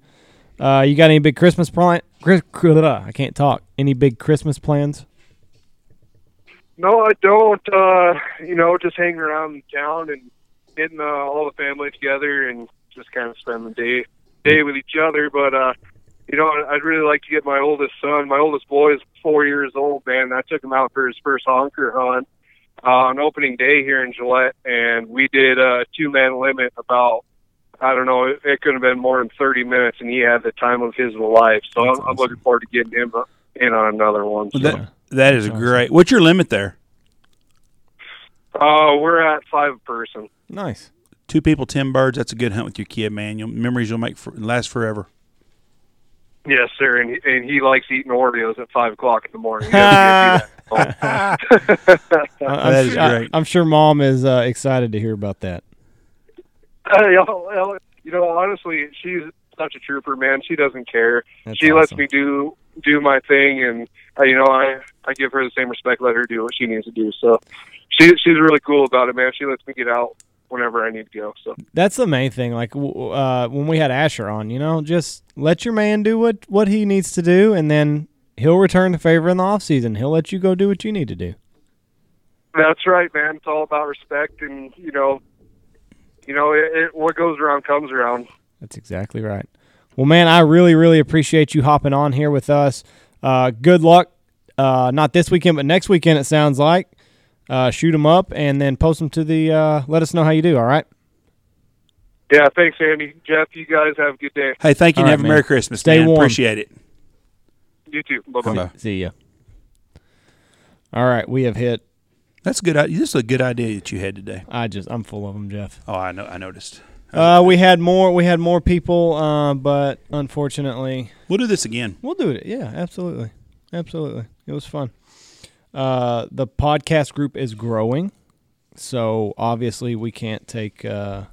Speaker 1: Uh, you got any big Christmas plan? Chris- I can't talk. Any big Christmas plans?
Speaker 5: No, I don't. Uh, you know, just hanging around town and getting uh, all the family together and just kind of spend the day day with each other. But uh, you know, I'd really like to get my oldest son. My oldest boy is four years old, man. I took him out for his first honker hunt uh, on opening day here in Gillette, and we did a two man limit about. I don't know. It, it could have been more than 30 minutes, and he had the time of his life. So I'm,
Speaker 1: That's
Speaker 5: I'm
Speaker 1: awesome.
Speaker 5: looking forward to getting him uh, in on another one. So.
Speaker 1: Yeah.
Speaker 2: That, that is
Speaker 1: That's awesome.
Speaker 2: great. What's your limit there?
Speaker 5: Uh, we're at five person.
Speaker 1: Nice.
Speaker 2: Two people, ten birds. That's a good hunt with your kid, man. You'll, memories you'll make for, last forever.
Speaker 5: Yes, sir, and he, and he likes eating Oreos at five o'clock in the morning. He doesn't get to do that.
Speaker 1: I- I'm,
Speaker 2: That is
Speaker 1: su- I-
Speaker 2: great.
Speaker 1: I'm sure mom is uh, excited to hear about that.
Speaker 5: Uh, you know, you know, honestly, she's such a trooper, man. She doesn't care.
Speaker 1: That's
Speaker 5: she lets
Speaker 1: awesome.
Speaker 5: me do do my thing, and uh, you know, I I give her the same respect. Let her do what she needs to do. So, she she's really cool about it, man. She lets me get out whenever I need to go. So,
Speaker 1: That's the main thing. Like w- uh, when we had Asher on, you know, just let your man do what what he needs to do, and then he'll return the favor in the off season. He'll let you go do what you need to do.
Speaker 5: That's right, man. It's all about respect, and you know, you know, it, it, what goes around comes around.
Speaker 1: That's exactly right. Well, man, I really, really appreciate you hopping on here with us. Uh, good luck. Uh, not this weekend, but next weekend. It sounds like. Uh, shoot them up and then post them to the. Uh, let us know how you do. All right.
Speaker 5: Yeah, thanks, Andy. Jeff, you guys have a good day.
Speaker 2: Hey, thank you.
Speaker 1: All right,
Speaker 2: and have a
Speaker 1: man.
Speaker 2: Merry Christmas.
Speaker 1: Stay
Speaker 2: man.
Speaker 1: warm.
Speaker 2: Appreciate it.
Speaker 5: You too. Bye bye.
Speaker 2: Bye-bye.
Speaker 1: See ya. All right, we have hit.
Speaker 2: That's a good. i- This is a good idea that you had today.
Speaker 1: I just I'm full of them, Jeff.
Speaker 2: Oh, I know. I noticed.
Speaker 1: Uh, we had more. We had more people, uh, but unfortunately,
Speaker 2: We'll do this again.
Speaker 1: We'll do it. Yeah, absolutely. Absolutely. It was fun. Uh, the podcast group is growing. So obviously we can't take uh,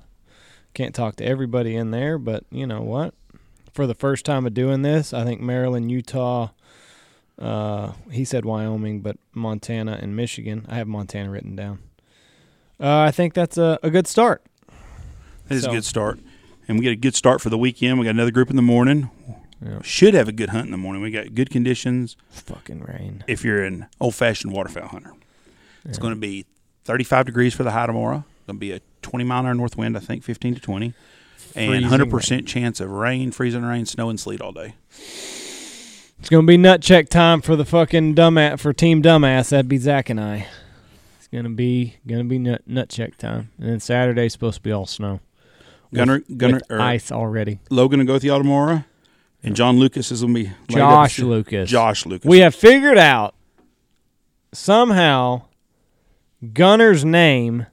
Speaker 1: can't talk to everybody in there, but you know what? For the first time of doing this, I think Maryland, Utah, uh, he said Wyoming, but Montana and Michigan. I have Montana written down. Uh, I think that's a, a good start.
Speaker 2: That is
Speaker 1: So-
Speaker 2: a good start. And we get a good start for the weekend. We got another group in the morning.
Speaker 1: Yeah.
Speaker 2: Should have a good hunt in the morning. We got good conditions
Speaker 1: Fucking rain.
Speaker 2: if you're an old fashioned waterfowl hunter. It's going to be 35 degrees for the high tomorrow. Going to be a 20 mile an hour north wind, I think 15 to 20.
Speaker 1: Freezing
Speaker 2: and 100% chance of rain, freezing rain, snow, and sleet all day.
Speaker 1: It's gonna be nut check time for the fucking dumbass for Team Dumbass. That'd be Zach and I. It's gonna be gonna be nut, nut check time, and then Saturday's supposed to be all snow.
Speaker 2: Gunner, Gunner,
Speaker 1: with
Speaker 2: or
Speaker 1: ice already.
Speaker 2: Logan will go with y'all tomorrow, and John Lucas is gonna be laid up.
Speaker 1: Josh Lucas.
Speaker 2: Josh Lucas.
Speaker 1: We have figured out somehow Gunner's name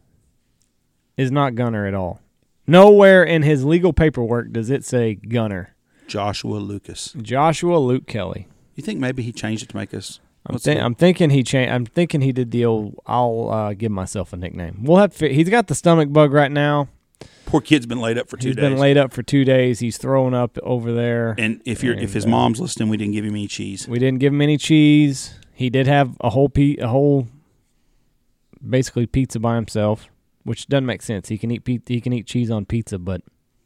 Speaker 1: is not Gunner at all. Nowhere in his legal paperwork does it say Gunner.
Speaker 2: Joshua Lucas.
Speaker 1: Joshua Luke Kelly.
Speaker 2: You think maybe he changed it to make us?
Speaker 1: I'm,
Speaker 2: what's
Speaker 1: thi-
Speaker 2: the-
Speaker 1: I'm thinking he changed. I'm thinking he did the old. I'll uh, give myself a nickname. We'll have. Fi- he's got the stomach bug right now.
Speaker 2: poor kid's been laid up for 2
Speaker 1: He's
Speaker 2: days.
Speaker 1: been laid up for two days. He's throwing up over there.
Speaker 2: and if you're if
Speaker 1: and,
Speaker 2: his
Speaker 1: uh,
Speaker 2: mom's listening, we didn't give him any cheese.
Speaker 1: We didn't give him any cheese. He did have a whole pe- a whole basically pizza by himself, which doesn't make sense. He can eat pe- he can eat cheese on pizza, but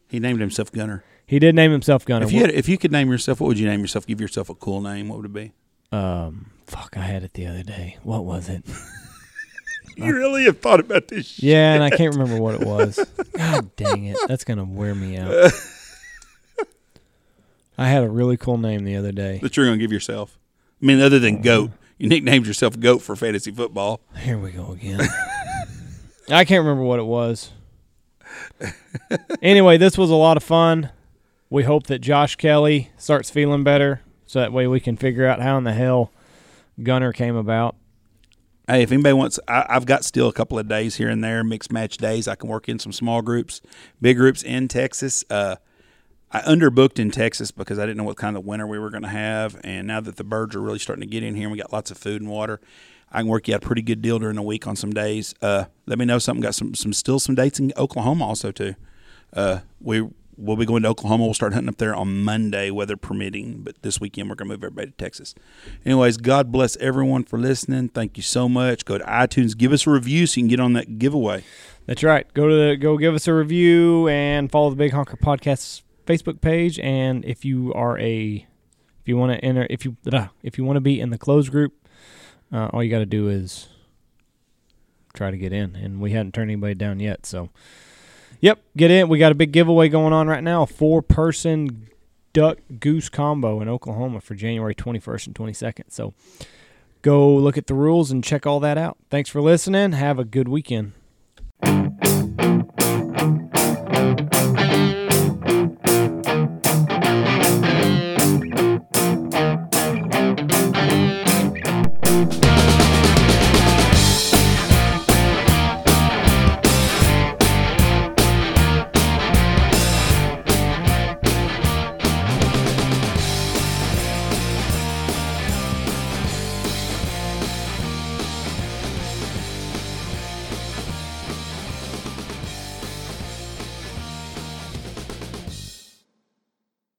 Speaker 2: He named himself Gunner.
Speaker 1: he did name himself Gunner.
Speaker 2: If you had, if you could name yourself, what would you name yourself? Give yourself a cool name. What would it be?
Speaker 1: um, fuck, I had it the other day. What was it?
Speaker 2: You really have thought about this.
Speaker 1: Yeah, and I can't remember what it was. God dang it, that's gonna wear me out. I had a really cool name the other day.
Speaker 2: That you're gonna give yourself. I mean, other than goat, you nicknamed yourself goat for fantasy football.
Speaker 1: Here we go again. I can't remember what it was. anyway, this was a lot of fun. We hope that Josh Kelly starts feeling better so that way we can figure out how in the hell Gunner came about.
Speaker 2: Hey, if anybody wants, I, I've got still a couple of days here and there, mixed match days. I can work in some small groups, big groups in Texas. Uh, I underbooked in Texas because I didn't know what kind of winter we were going to have. And now that the birds are really starting to get in here and we got lots of food and water, I can work you out a pretty good deal during the week on some days. Uh, let me know something. Got some, some still some dates in Oklahoma also, too. Uh, we will be going to Oklahoma. We'll start hunting up there on Monday, weather permitting. But this weekend, we're going to move everybody to Texas. Anyways, God bless everyone for listening. Thank you so much. Go to iTunes, give us a review so you can get on that giveaway.
Speaker 1: That's right. Go to the go give us a review and follow the Big Honker Podcast's Facebook page. And if you are a if you want to enter if you blah, if you want to be in the closed group, uh, all you got to do is try to get in. And we hadn't turned anybody down yet, so yep, get in. We got a big giveaway going on right now. A four person duck goose combo in Oklahoma for January twenty first and twenty second. So go look at the rules and check all that out. Thanks for listening. Have a good weekend.